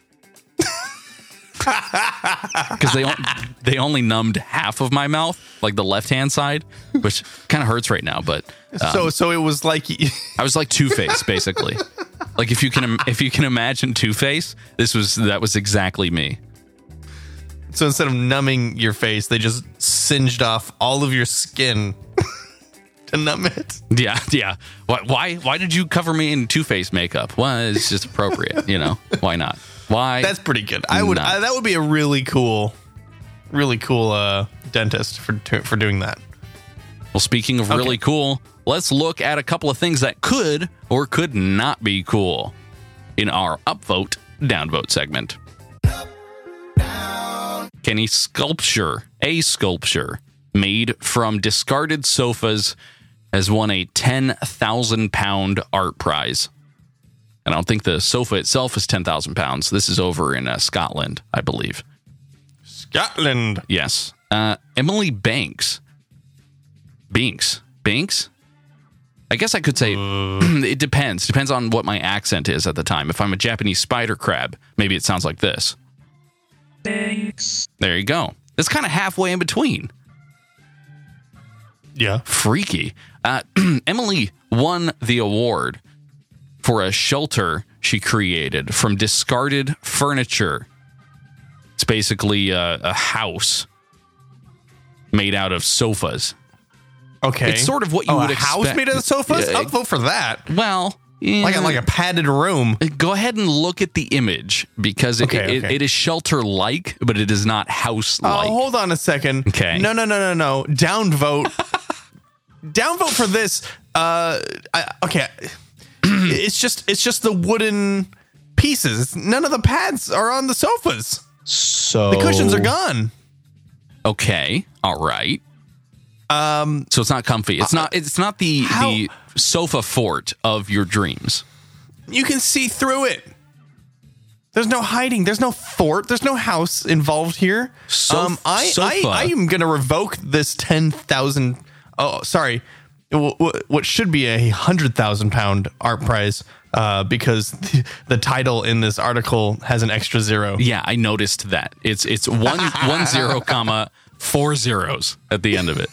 Speaker 1: Because they on- they only numbed half of my mouth, like the left hand side, which kind of hurts right now. But uh,
Speaker 2: so, so it was like
Speaker 1: I was like Two Face, basically, Like if you can if you can imagine Two Face, this was that was exactly me.
Speaker 2: So instead of numbing your face, they just singed off all of your skin to numb it.
Speaker 1: Yeah, yeah. Why why why did you cover me in Two Face makeup? Well, it's just appropriate, you know. Why not? Why?
Speaker 2: That's pretty good. I would.
Speaker 1: Nah.
Speaker 2: I, that would be a really cool, really cool uh, dentist for for doing that.
Speaker 1: Well, speaking of really cool, let's look at a couple of things that could or could not be cool in our upvote downvote segment. Can a sculpture, a sculpture made from discarded sofas, has won a 10,000 pound art prize? And I don't think the sofa itself is 10,000 pounds. This is over in uh, Scotland, I believe.
Speaker 2: Scotland.
Speaker 1: Yes. Uh, Emily Banks. Binks. Binks? I guess I could say it depends. Depends on what my accent is at the time. If I'm a Japanese spider crab, maybe it sounds like this. Binks. There you go. It's kind of halfway in between
Speaker 2: Yeah.
Speaker 1: freaky. Uh, Emily won the award for a shelter she created from discarded furniture. It's basically a, a house made out of sofas.
Speaker 2: Okay.
Speaker 1: It's sort of what you
Speaker 2: oh,
Speaker 1: would
Speaker 2: a house
Speaker 1: expect.
Speaker 2: made out of sofas.
Speaker 1: Yeah.
Speaker 2: I'll vote for that.
Speaker 1: Well,
Speaker 2: Like
Speaker 1: yeah.
Speaker 2: a, like a padded room.
Speaker 1: Go ahead and look at the image because it,
Speaker 2: Okay,
Speaker 1: it,
Speaker 2: okay.
Speaker 1: it is shelter like, but it is not house
Speaker 2: oh,
Speaker 1: like.
Speaker 2: hold on a second.
Speaker 1: Okay.
Speaker 2: No, no, no, no, no. Downvote. Downvote for this. Uh, I, okay. it's just it's just the wooden pieces. It's, none of the pads are on the sofas.
Speaker 8: So
Speaker 2: The cushions are
Speaker 3: Oh,
Speaker 2: gone.
Speaker 1: Okay. All right. Um so it's not comfy. It's not it's not the
Speaker 2: uh, How-
Speaker 1: the sofa fort of your dreams.
Speaker 2: You can see through it. There's no hiding. There's no fort. There's no house involved here.
Speaker 1: Sof-
Speaker 2: um, I,
Speaker 1: sofa.
Speaker 2: I I am gonna revoke this ten thousand. Oh, sorry. W- w- What should be a hundred thousand pound art prize, uh, because the, the title in this article has an extra zero.
Speaker 1: Yeah, I noticed that. It's it's one one zero comma four zeros at the end of it.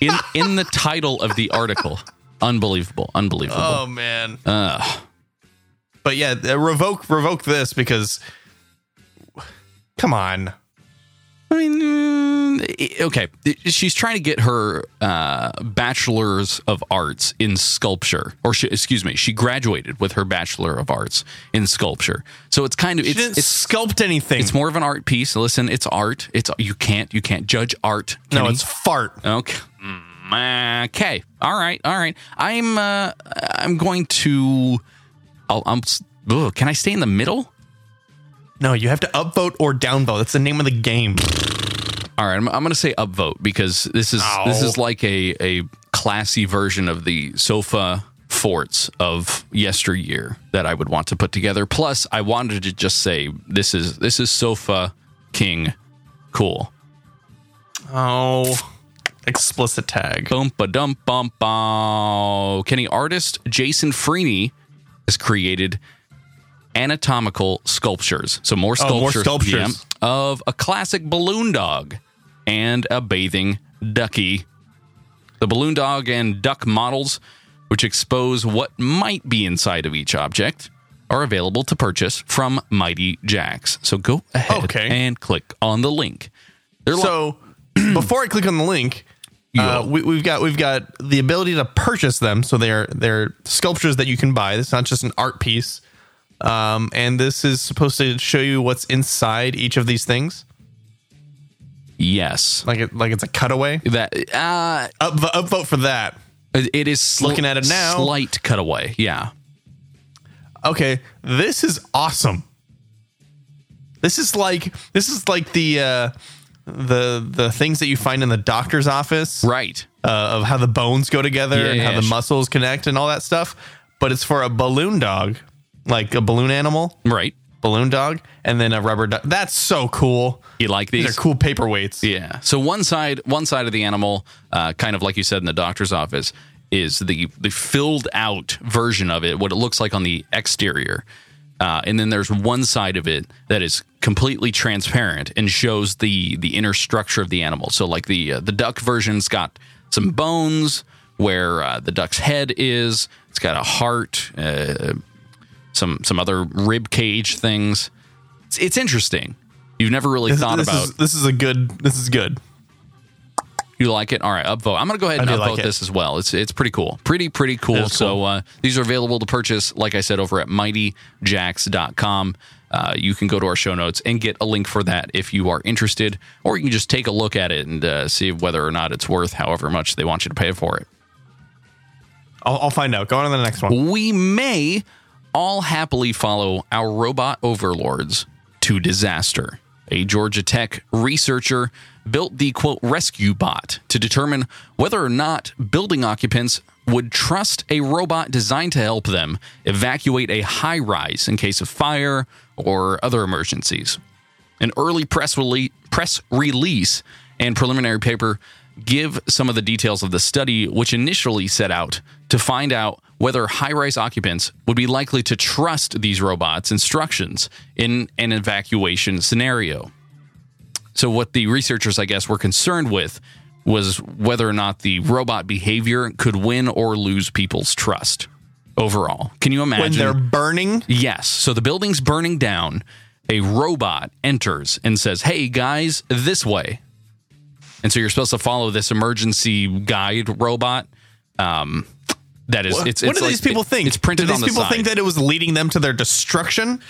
Speaker 1: In in the title of the article. Unbelievable. Unbelievable.
Speaker 2: Oh man. But yeah, uh, revoke revoke this because. Come on.
Speaker 1: I mean, mm, okay. She's trying to get her uh, bachelor's of arts in sculpture, or she, excuse me, she graduated with her bachelor of arts in sculpture. So it's kind of
Speaker 2: She
Speaker 1: it's,
Speaker 2: didn't
Speaker 1: it's
Speaker 2: sculpt anything.
Speaker 1: it's more of an art piece. Listen, it's art. It's you can't you can't judge art.
Speaker 2: no,
Speaker 1: Kenny.
Speaker 2: it's fart.
Speaker 1: okay. Mm, Okay. All right. All right. I'm uh, I'm going to. I'll, I'm. Ugh, can I stay in the middle?
Speaker 2: No, you have to upvote or downvote. That's the name of the game.
Speaker 1: All right, I'm, I'm going to say upvote because this is this is like a a classy version of the sofa forts of yesteryear that I would want to put together. Plus, I wanted to just say this is this is sofa king cool.
Speaker 2: Oh, explicit tag.
Speaker 1: Boom ba dum bum bow. Kenny artist Jason Freeney has created anatomical sculptures. So more
Speaker 2: Oh,
Speaker 1: sculptures,
Speaker 2: more sculptures.
Speaker 1: yeah, of a classic balloon dog and a bathing ducky. The balloon dog and duck models, which expose what might be inside of each object, are available to purchase from Mighty Jacks. So go ahead
Speaker 2: Okay.
Speaker 1: and click on the link. They're like-
Speaker 2: So before I click on the link, uh, we, we've got we've got the ability to purchase them. So they're they're sculptures that you can buy. It's not just an art piece. Um, and this is supposed to show you what's inside each of these things,
Speaker 1: yes.
Speaker 2: like it, like it's a cutaway.
Speaker 1: That uh
Speaker 2: Up upvote for that.
Speaker 1: It it is sl-
Speaker 2: Looking at it now.
Speaker 1: Slight cutaway. Yeah.
Speaker 2: Okay, this is awesome. This is like this is like the uh, the the things that you find in the doctor's office,
Speaker 1: Right.
Speaker 2: uh, of how the bones go together
Speaker 1: Yeah,
Speaker 2: and how
Speaker 1: yeah,
Speaker 2: the
Speaker 1: sure.
Speaker 2: muscles connect and all that stuff. But it's for a balloon dog, like a balloon animal,
Speaker 1: Right.
Speaker 2: balloon dog, and then a rubber dog. That's so cool.
Speaker 1: You like
Speaker 2: These,
Speaker 1: these?
Speaker 2: are cool paperweights.
Speaker 1: Yeah. So one side, one side of the animal, uh, kind of like you said in the doctor's office, is the the filled out version of it, what it looks like on the exterior, uh, and then there's one side of it that is completely transparent and shows the the inner structure of the animal. So like the uh, the duck version's got some bones where uh, the duck's head is. It's got a heart, uh, some some other rib cage things. It's, it's interesting. You've never really
Speaker 2: This-
Speaker 1: thought
Speaker 2: this
Speaker 1: about.
Speaker 2: is- this is a good. This is good.
Speaker 1: You like it? All right, upvote. I'm going to go ahead and
Speaker 2: I do
Speaker 1: upvote
Speaker 2: like it.
Speaker 1: this as well. It's it's pretty cool. Pretty pretty cool.
Speaker 2: is
Speaker 1: So
Speaker 2: cool.
Speaker 1: uh, these are available to purchase like I said over at mightyjacks.com. Uh, you can go to our show notes and get a link for that if you are interested, or you can just take a look at it and uh, see whether or not it's worth however much they want you to pay for it.
Speaker 2: I'll, I'll find out. Go on to the next one.
Speaker 1: we may all happily follow our robot overlords to disaster. A Georgia Tech researcher built the quote rescue bot to determine whether or not building occupants would trust a robot designed to help them evacuate a high rise in case of fire or other emergencies. An early press, rele- press release and preliminary paper give some of the details of the study, which initially set out to find out whether high rise occupants would be likely to trust these robots' instructions in an evacuation scenario. So, what the researchers, I guess, were concerned with was whether or not the robot behavior could win or lose people's trust overall. Can you imagine?
Speaker 2: When they're burning,
Speaker 1: Yes. So the building's burning down. A robot enters and says, Hey guys, this way. And so you're supposed to follow this emergency guide robot. Um, that is, it's,
Speaker 2: what
Speaker 1: it's
Speaker 2: do
Speaker 1: like-
Speaker 2: these people think?
Speaker 1: It's printed
Speaker 2: do these
Speaker 1: on the
Speaker 2: people
Speaker 1: side.
Speaker 2: think that it was leading them to their destruction?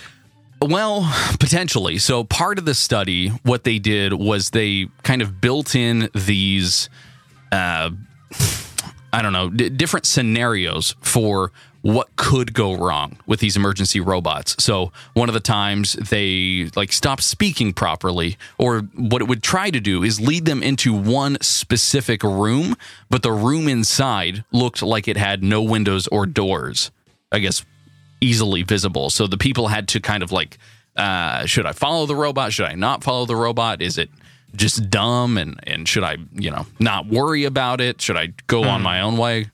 Speaker 1: Well, potentially. So, part of the study, what they did was they kind of built in these, uh, I don't know, d- different scenarios for what could go wrong with these emergency robots. So, one of the times they like stop speaking properly, or what it would try to do is lead them into one specific room, but the room inside looked like it had no windows or doors. I guess easily visible. So the people had to kind of like, uh, should I follow the robot? Should I not follow the robot? Is it just dumb? And, and should I, you know, not worry about it? Should I go on my
Speaker 2: Hmm.
Speaker 1: own way?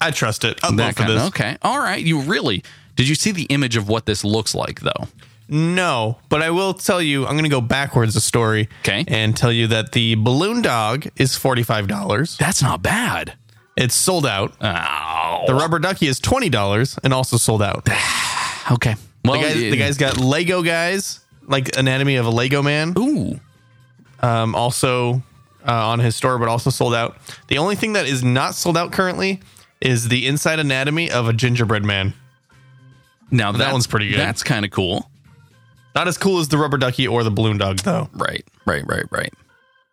Speaker 2: I trust it. I'll vote
Speaker 1: That
Speaker 2: for
Speaker 1: kind
Speaker 2: this.
Speaker 1: of, okay. All right. You really, did you see the image of what this looks like though?
Speaker 2: No, but I will tell you. I'm going to go backwards a story.
Speaker 1: 'Kay.
Speaker 2: And tell you that the balloon dog is forty five dollars.
Speaker 1: That's not bad.
Speaker 2: It's sold out.
Speaker 1: Oh,
Speaker 2: The rubber ducky is twenty dollars and also sold out. The
Speaker 1: okay. Well,
Speaker 2: guys, the
Speaker 1: it-
Speaker 2: guy's got Lego guys, like Anatomy of a Lego Man.
Speaker 1: ooh,
Speaker 2: um, also uh, on his store, but also sold out. The only thing that is not sold out currently is the inside anatomy of a gingerbread man.
Speaker 1: now
Speaker 2: That
Speaker 1: that's-
Speaker 2: one's pretty good.
Speaker 1: That's kind of cool.
Speaker 2: Not as cool as the rubber ducky or the balloon dog, though.
Speaker 1: Right, right, right, right.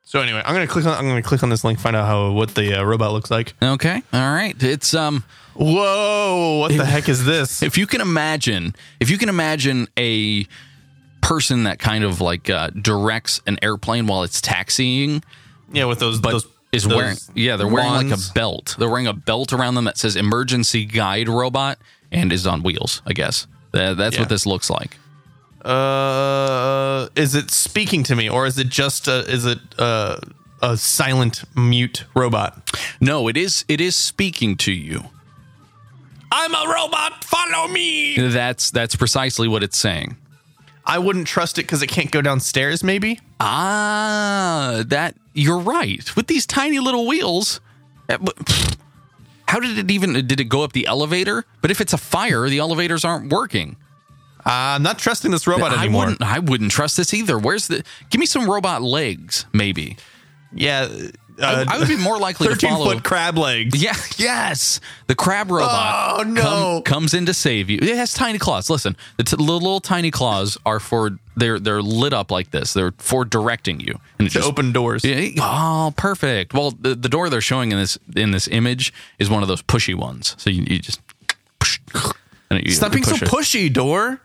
Speaker 2: So anyway, I'm gonna click on I'm gonna click on this link, find out how what the uh, robot looks like.
Speaker 1: Okay. All right. It's, um,
Speaker 2: Whoa! What the heck is this?
Speaker 1: if you can imagine if you can imagine a person that kind of like uh, directs an airplane while it's taxiing
Speaker 2: Yeah, with those
Speaker 1: but
Speaker 2: those
Speaker 1: is
Speaker 2: those
Speaker 1: wearing yeah they're wearing like
Speaker 2: wands.
Speaker 1: a belt they're wearing a belt around them that says emergency guide robot and is on wheels i guess Tha- that's
Speaker 2: Yeah.
Speaker 1: what this looks like
Speaker 2: Uh, is it speaking to me or is it just a, is it uh, a silent mute robot?
Speaker 1: no it is it is speaking to you
Speaker 2: I'm a robot. Follow me.
Speaker 1: that's that's precisely what it's saying
Speaker 2: I wouldn't trust it because it can't go downstairs. Maybe.
Speaker 1: ah that you're right with these tiny little wheels that- but- pfft. how did it even did it go up the elevator but if it's a fire the elevators aren't working
Speaker 2: I'm not trusting this robot
Speaker 1: I
Speaker 2: anymore.
Speaker 1: wouldn't. I wouldn't trust this either. Where's the? Give me some robot legs, maybe.
Speaker 2: Yeah,
Speaker 1: I- I would be more likely to
Speaker 2: 13
Speaker 1: follow.
Speaker 2: foot crab legs.
Speaker 1: Yeah. Yes. The crab robot.
Speaker 2: Oh, no.
Speaker 1: comes in to save you. It has tiny claws. Listen, the t- little, little tiny claws are for they're they're lit up like this. They're for directing you and it
Speaker 2: to
Speaker 1: just-
Speaker 2: open doors.
Speaker 1: Yeah, Oh, perfect. Well, the, the door they're showing in this in this image is one of those pushy ones. So you, you just and you,
Speaker 2: Stop
Speaker 1: you
Speaker 2: being so
Speaker 1: it.
Speaker 2: pushy, door.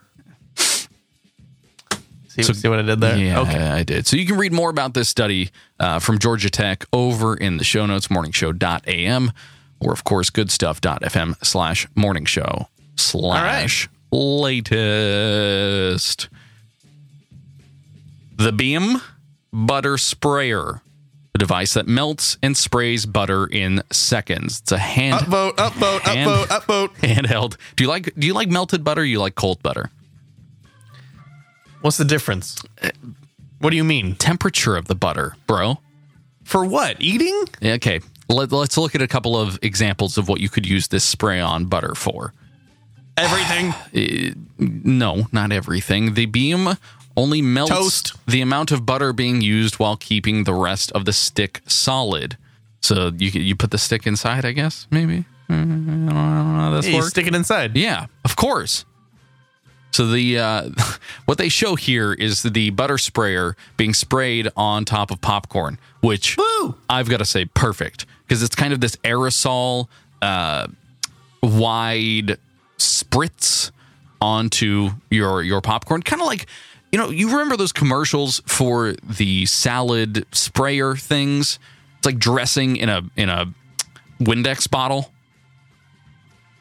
Speaker 2: see,
Speaker 1: So-
Speaker 2: see what I did there?
Speaker 1: Yeah,
Speaker 2: Uh, Okay.
Speaker 1: I did. So you can read more about this study uh, from Georgia Tech over in the show notes, morningshow.am, or of course, goodstuff.fm slash morning show slash latest. The Beam Butter Sprayer, a device that melts and sprays butter in seconds. It's a hand
Speaker 2: Upvote, upvote,
Speaker 1: And-
Speaker 2: upvote, upvote.
Speaker 1: handheld. Do you like do you like melted butter? Or you like cold butter?
Speaker 2: What's the difference? What do you mean?
Speaker 1: Temperature of the butter, bro.
Speaker 2: For what? Eating?
Speaker 1: Okay. Let, let's look at a couple of examples of what you could use this spray on butter for.
Speaker 2: Everything.
Speaker 1: No, not everything. The beam only melts
Speaker 2: Toast.
Speaker 1: the amount of butter being used while keeping the rest of the stick solid. So you you put the stick inside, I guess, maybe. Mm, I don't know how this
Speaker 2: you
Speaker 1: works.
Speaker 2: stick it inside.
Speaker 1: Yeah, of course. So the uh, what they show here is the butter sprayer being sprayed on top of popcorn, which
Speaker 2: Woo!
Speaker 1: I've got to say perfect because it's kind of this aerosol uh, wide spritz onto your your popcorn, kind of like you know you remember those commercials for the salad sprayer things. It's like dressing in a in a Windex bottle.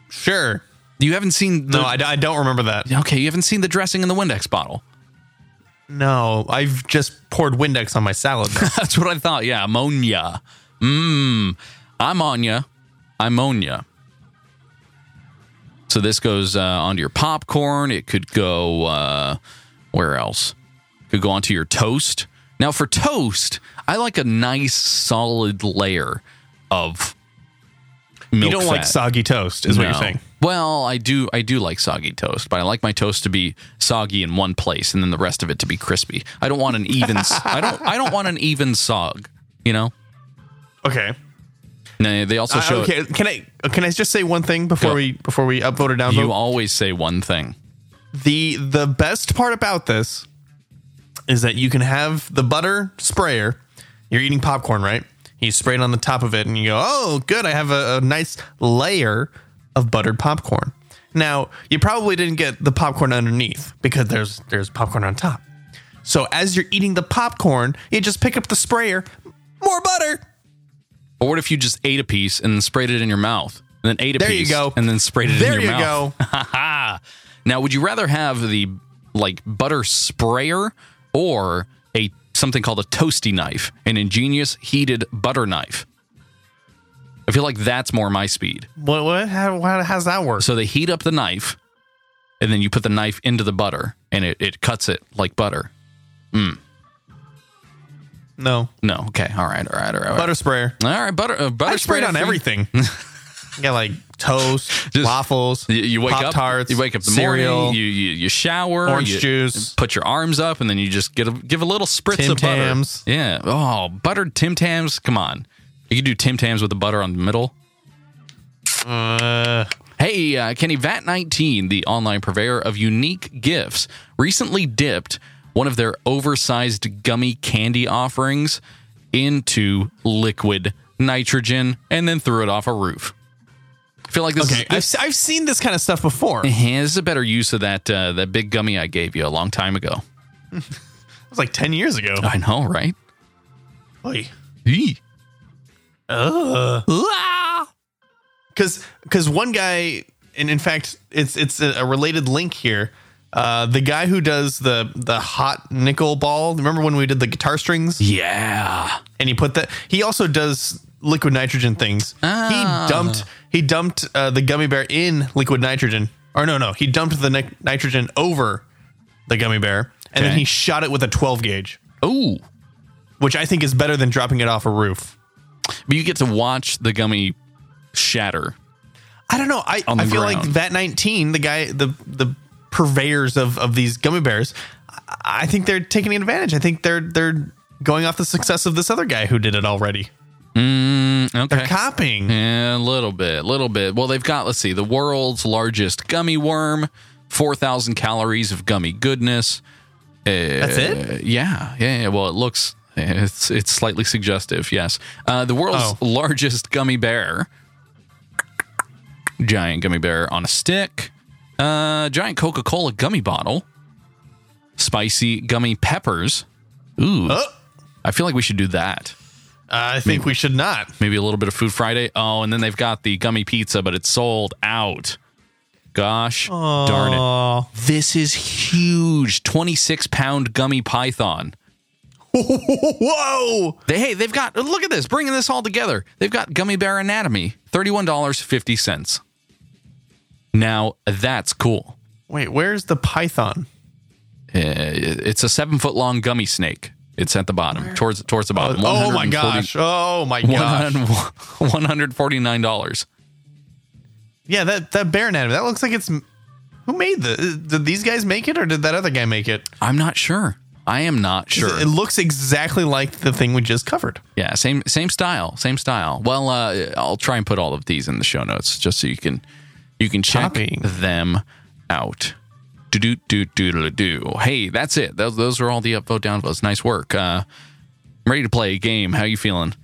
Speaker 2: Sure.
Speaker 1: You haven't seen the,
Speaker 2: No, I, I don't remember that.
Speaker 1: Okay, you haven't seen the dressing in the Windex bottle.
Speaker 2: No, I've just poured Windex on my salad. now.
Speaker 1: That's what I thought. Yeah, ammonia. Mmm. I'm on ya. I'm on ya. So this goes uh, onto your popcorn. It could go uh, where else? Could go onto your toast. Now for toast, I like a nice solid layer of
Speaker 2: you
Speaker 1: milk
Speaker 2: don't like
Speaker 1: fat.
Speaker 2: soggy toast, is what you're
Speaker 1: No.
Speaker 2: saying.
Speaker 1: Well, I do. I do like soggy toast, but I like my toast to be soggy in one place, and then the rest of it to be crispy. I don't want an even. I don't. I don't want an even sog. You know.
Speaker 2: Okay.
Speaker 1: No, they also
Speaker 2: I,
Speaker 1: show.
Speaker 2: okay. Can I can I just say one thing before
Speaker 1: Go.
Speaker 2: we before we upload or download?
Speaker 1: You always say one thing.
Speaker 2: the the best part about this is that you can have the butter sprayer. You're eating popcorn, right? You spray it on the top of it, and you go, "Oh, good! I have a, a nice layer of buttered popcorn." Now, you probably didn't get the popcorn underneath because there's there's popcorn on top. So as you're eating the popcorn, you just pick up the sprayer, more butter.
Speaker 1: But what if you just ate a piece and then sprayed it in your mouth, and then ate a
Speaker 2: There you
Speaker 1: piece,
Speaker 2: go.
Speaker 1: and then sprayed it
Speaker 2: There
Speaker 1: in
Speaker 2: you
Speaker 1: your mouth? There you go. now, would you rather have the like butter sprayer or a something called a toasty knife, an ingenious heated butter knife? I feel like that's more my speed.
Speaker 2: What? what how, how, how's that work?
Speaker 1: So they heat up the knife, and then you put the knife into the butter, and it, it cuts it like butter.
Speaker 2: no
Speaker 1: No, okay, all right, all right, all right.
Speaker 2: butter sprayer.
Speaker 1: all right, butter, uh, butter
Speaker 2: I sprayed
Speaker 1: sprayer
Speaker 2: on
Speaker 1: for you.
Speaker 2: everything. yeah, like toast,
Speaker 1: Just-
Speaker 2: waffles.
Speaker 1: You, you wake up,
Speaker 2: Pop-Tarts,
Speaker 1: you wake up in the
Speaker 2: cereal,
Speaker 1: morning, you, you you shower,
Speaker 2: orange
Speaker 1: you
Speaker 2: juice.
Speaker 1: put your arms up, and then you just get a, give a little spritz
Speaker 2: Tim
Speaker 1: of butter.
Speaker 2: Tams.
Speaker 1: Yeah. Oh, buttered Tim Tams. Come on, you could do Tim Tams with the butter on the middle.
Speaker 2: Uh,
Speaker 1: Hey, uh, Kenny, VAT19, the online purveyor of unique gifts, recently dipped one of their oversized gummy candy offerings into liquid nitrogen and then threw it off a roof. I feel like this,
Speaker 2: okay,
Speaker 1: is,
Speaker 2: I've, I've seen this kind of stuff before. It
Speaker 1: Yeah, this is a better use of that uh, that big gummy I gave you a long time ago.
Speaker 2: was like ten years ago.
Speaker 1: I know, right?
Speaker 2: Ah! Because because one guy, and in fact, it's it's a, a related link here. Uh, the guy who does the the hot nickel ball. Remember when we did the guitar strings?
Speaker 1: Yeah.
Speaker 2: and he put that. He also does liquid nitrogen things.
Speaker 1: Ah.
Speaker 2: He dumped he dumped uh, the gummy bear in liquid nitrogen. Or no, no, he dumped the ni- nitrogen over the gummy bear, and then
Speaker 1: Okay.
Speaker 2: he shot it with a 12 gauge,
Speaker 1: Ooh.
Speaker 2: which I think is better than dropping it off a roof.
Speaker 1: But you get to watch the gummy shatter.
Speaker 2: I don't know. I,
Speaker 1: On the
Speaker 2: I feel like
Speaker 1: ground.
Speaker 2: that 19, the guy, the the purveyors of of these gummy bears, I, I think they're taking advantage. I think they're they're going off the success of this other guy who did it already.
Speaker 1: Okay. Hmm.
Speaker 2: Copying.
Speaker 1: Yeah, Mm-hmm. a little bit, little bit. Well, they've got, let's see, the world's largest gummy worm, 4,000 calories of gummy goodness.
Speaker 2: That's it.
Speaker 1: Uh, yeah, yeah, yeah. Well, it looks it's it's slightly suggestive. Yes, uh, the world's
Speaker 2: Oh.
Speaker 1: largest gummy bear, giant gummy bear on a stick, uh, giant Coca Cola gummy bottle, spicy gummy peppers. Ooh,
Speaker 2: Oh,
Speaker 1: I feel like we should do that.
Speaker 2: I
Speaker 1: Hmm.
Speaker 2: think we should not.
Speaker 1: Maybe a little bit of Food Friday. Oh, and then they've got the gummy pizza, but it's sold out. Gosh darn it. This is huge. 26 pound gummy python.
Speaker 2: Whoa!
Speaker 1: They, hey, they've got, look at this, bringing this all together. They've got Gummy Bear Anatomy, $31.50. Now, that's cool.
Speaker 2: Wait, where's the python?
Speaker 1: Uh, It's a seven foot long gummy snake. It's at the bottom, towards towards the bottom.
Speaker 2: Oh my
Speaker 1: 140
Speaker 2: gosh! Oh my gosh!
Speaker 1: 100 $149.
Speaker 2: Yeah, that that bear anatomy that looks like it's Who made the? Did these guys make it, or did that other guy make it?
Speaker 1: I'm not sure. I am not sure.
Speaker 2: It looks exactly like the thing we just covered.
Speaker 1: Yeah, same same style, same style. Well, uh, I'll try and put all of these in the show notes just so you can you can check
Speaker 2: Copy.
Speaker 1: them out. Do do do do do. Hey, that's it. Those those are all the upvote downvotes. Nice work. Uh, I'm ready to play a game. How you feeling?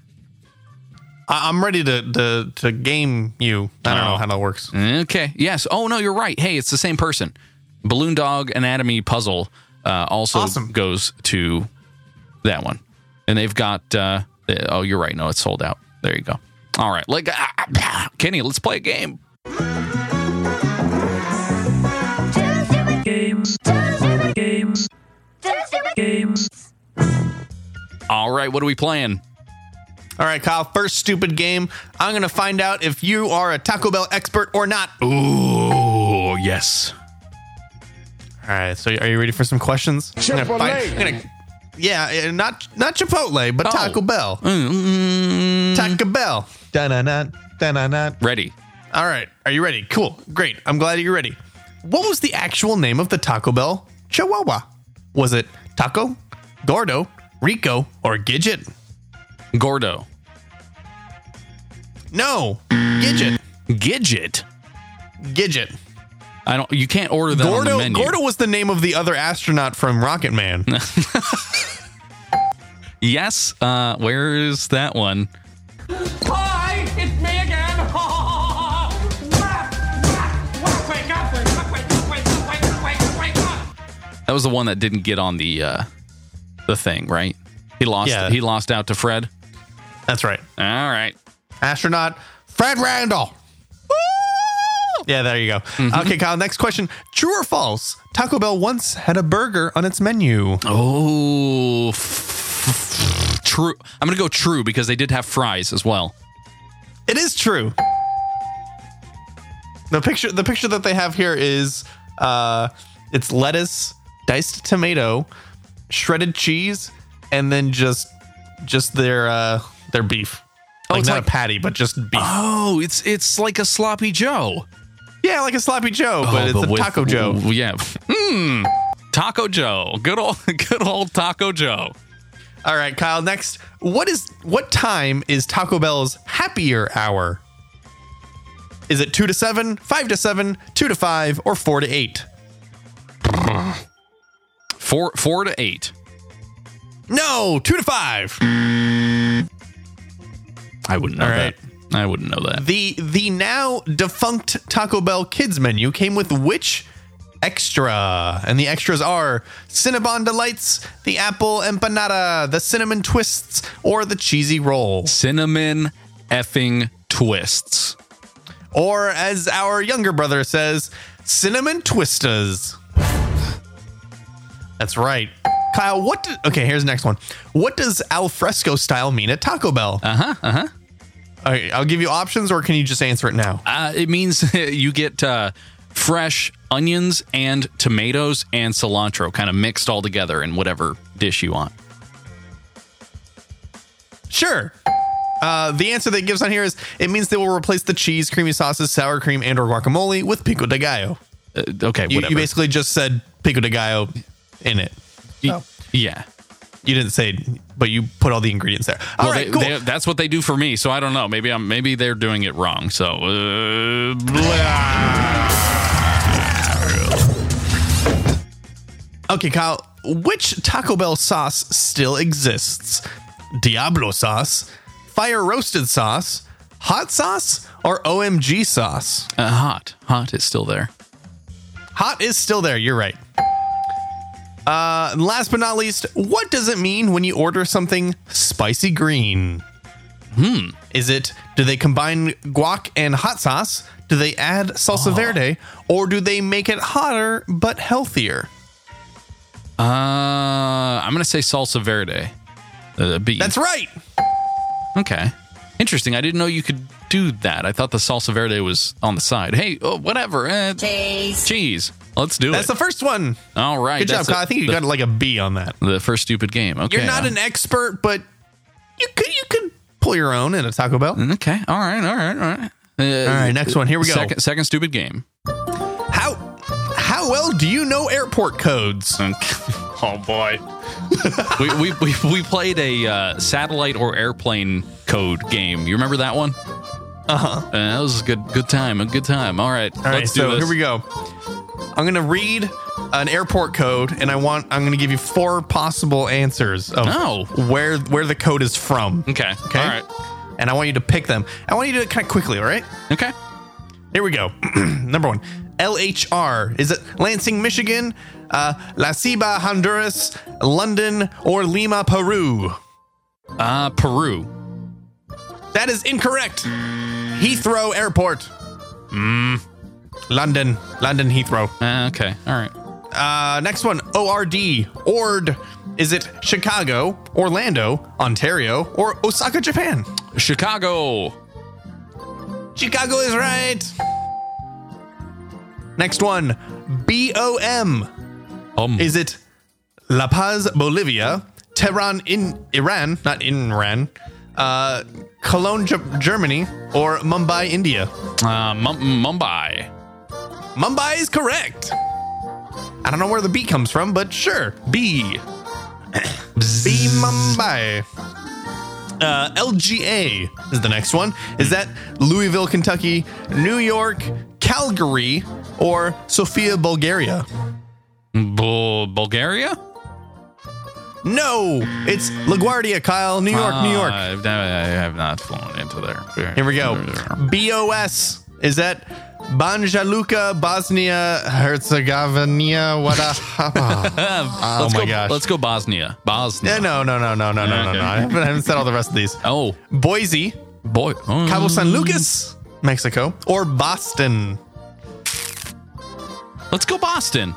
Speaker 2: I, I'm ready to, to to game you. I don't know how that works.
Speaker 1: Okay. Yes. Oh no, you're right. Hey, it's the same person. Balloon Dog Anatomy Puzzle uh, also
Speaker 2: Awesome.
Speaker 1: goes to that one, and they've got. Uh, eh, oh, you're right. No, it's sold out. There you go. All right, like ah, ah, Kenny, let's play a game. All right, what are we playing?
Speaker 2: All right, Kyle. First stupid game. I'm gonna find out if you are a Taco Bell expert or not. Ooh, yes. All right. So, are you ready for some questions? I'm gonna find- I'm gonna- yeah, uh, not not Chipotle, but
Speaker 1: Oh.
Speaker 2: Taco Bell. Taco Bell. Dun-dun-dun, dun-dun-dun.
Speaker 1: Ready?
Speaker 2: All right. Are you ready? Cool. Great. I'm glad you're ready. What was the actual name of the Taco Bell Chihuahua? Was it Taco, Gordo, Rico, or Gidget?
Speaker 1: Gordo.
Speaker 2: No. Gidget.
Speaker 1: Gidget.
Speaker 2: Gidget.
Speaker 1: I don't. You can't order that on the
Speaker 2: Gordo,
Speaker 1: menu.
Speaker 2: Gordo was the name of the other astronaut from Rocket Man.
Speaker 1: Yes. Uh, where is that one?
Speaker 8: Hi, it's me again. Wake up, wake up, wake up, wake up, wake up, wake up, wake up.
Speaker 1: That was the one that didn't get on the uh, the thing, right? He lost.
Speaker 2: Yeah.
Speaker 1: He lost out to Fred.
Speaker 2: That's right.
Speaker 1: All right.
Speaker 2: Astronaut Fred Randall. Yeah, there you go.
Speaker 1: Mm-hmm.
Speaker 2: Okay, Kyle, next question. True or false? Taco Bell once had a burger on its menu.
Speaker 1: Oh, true. I'm gonna go true because they did have fries as well.
Speaker 2: It is true. The picture the picture that they have here is uh it's lettuce, diced tomato, shredded cheese, and then just just their uh their beef. Like
Speaker 1: Oh, it's
Speaker 2: not
Speaker 1: like-
Speaker 2: a patty, but just beef.
Speaker 1: Oh, it's it's like a sloppy Joe,
Speaker 2: yeah, like a sloppy Joe, but it's a
Speaker 1: Oh, with-
Speaker 2: taco Joe.
Speaker 1: Yeah. Hmm. Taco Joe. Good old good old Taco Joe.
Speaker 2: All right, Kyle, next. What is what time is Taco Bell's happier hour? Is it 2 to 7, 5 to 7, 2 to 5 or 4 to 8?
Speaker 1: Four four to eight.
Speaker 2: No, 2 to 5.
Speaker 1: I wouldn't know
Speaker 2: All right.
Speaker 1: that. I wouldn't know that.
Speaker 2: The the now defunct Taco Bell kids menu came with which extra? And the extras are Cinnabon Delights, the apple empanada, the cinnamon twists, or the cheesy roll.
Speaker 1: cinnamon effing twists.
Speaker 2: Or as our younger brother says, cinnamon twistas. That's right. Kyle, what do, Okay, here's the next one. What does alfresco style mean at Taco Bell? Uh-huh, uh-huh. All right, I'll give you options or can you just answer it now?
Speaker 1: Uh, it means you get uh, fresh onions and tomatoes and cilantro kind of mixed all together in whatever dish you want.
Speaker 2: Sure. Uh, the answer that it gives on here is it means they will replace the cheese, creamy sauces, sour cream, and or guacamole with pico de gallo.
Speaker 1: Uh, okay,
Speaker 2: You,
Speaker 1: whatever.
Speaker 2: you basically just said pico de gallo in it.
Speaker 1: yeah.
Speaker 2: You didn't say, but you put all the ingredients there. All
Speaker 1: Well,
Speaker 2: right,
Speaker 1: they-
Speaker 2: cool.
Speaker 1: they- that's what they do for me, so I don't know. Maybe I'm maybe they're doing it wrong. So uh, blah.
Speaker 2: okay, Kyle, which Taco Bell sauce still exists? Diablo sauce, fire roasted sauce, hot sauce, or OMG sauce?
Speaker 1: Uh, hot, hot is still there.
Speaker 2: Hot is still there. You're right. Uh, and last but not least, what does it mean when you order something spicy green? Hmm. Is it do they combine guac and hot sauce? Do they add salsa verde, or do they make it hotter but healthier?
Speaker 1: Uh, I'm gonna say salsa verde. Uh, but you-
Speaker 2: That's right.
Speaker 1: Okay. Interesting. I didn't know you could do that. I thought the salsa verde was on the side. Hey, oh, whatever. Eh,
Speaker 9: Cheese.
Speaker 1: cheese. Let's do
Speaker 2: That's
Speaker 1: it.
Speaker 2: the first one.
Speaker 1: All right.
Speaker 2: Good job,
Speaker 1: that's
Speaker 2: Kyle.
Speaker 1: it.
Speaker 2: I think you
Speaker 1: the,
Speaker 2: got like a B on that.
Speaker 1: the first stupid game. Okay. uh,
Speaker 2: You're not an expert, but you could you could pull your own in a Taco Bell.
Speaker 1: an. Okay. All right. All right. All right. Uh,
Speaker 2: All right, next one. Here we go.
Speaker 1: Second, second stupid game.
Speaker 2: How How well do you know airport codes?
Speaker 1: oh boy. we, we, we, we played a uh, satellite or airplane code game. You remember that one? Uh-huh. that was a good good time. A good time. All right.
Speaker 2: All right,
Speaker 1: let's
Speaker 2: so
Speaker 1: do this.
Speaker 2: here we go. I'm gonna read an airport code, and I want I'm gonna give you four possible answers of
Speaker 1: No.
Speaker 2: where where the code is from.
Speaker 1: Okay.
Speaker 2: Okay.
Speaker 1: All right.
Speaker 2: And I want you to pick them. I want you to do it kind of quickly. All right.
Speaker 1: Okay.
Speaker 2: Here we go. Number one, LHR. Is it Lansing, Michigan, uh, La Ceiba, Honduras, London, or Lima, Peru?
Speaker 1: Uh, Peru.
Speaker 2: That is incorrect. Heathrow Airport.
Speaker 1: Hmm.
Speaker 2: London. London Heathrow.
Speaker 1: Uh, okay. All right.
Speaker 2: Uh, next one, ORD. ORD. Is it Chicago, Orlando, Ontario, or Osaka, Japan?
Speaker 1: Chicago.
Speaker 2: Chicago is right. Next one, BOM.
Speaker 1: Um.
Speaker 2: Is it La Paz, Bolivia, Tehran in Iran, not in Iran, uh, Cologne, Ge- Germany, or Mumbai, India?
Speaker 1: uh, Mum- Mumbai.
Speaker 2: Mumbai is correct. I don't know where the B comes from, but sure. B. B Mumbai. Uh, LGA is the next one. Is that Louisville, Kentucky, New York, Calgary, or Sofia, Bulgaria?
Speaker 1: Bu- Bulgaria.
Speaker 2: No, it's LaGuardia, Kyle, New York, New York.
Speaker 1: Uh, I've, never- I have not flown into there.
Speaker 2: Here we go. BOS. Is that Banja Luka, Bosnia, Herzegovina? What a. oh
Speaker 1: Let's
Speaker 2: my
Speaker 1: go,
Speaker 2: gosh.
Speaker 1: Let's go Bosnia. Bosnia.
Speaker 2: Yeah, no, no, no, no, no, no, no,
Speaker 1: Okay.
Speaker 2: no. I haven't, I haven't said all the rest of these.
Speaker 1: Oh
Speaker 2: Boise,
Speaker 1: boy. Um,
Speaker 2: Cabo San Lucas, Mexico, or Boston.
Speaker 1: Um, Let's go Boston.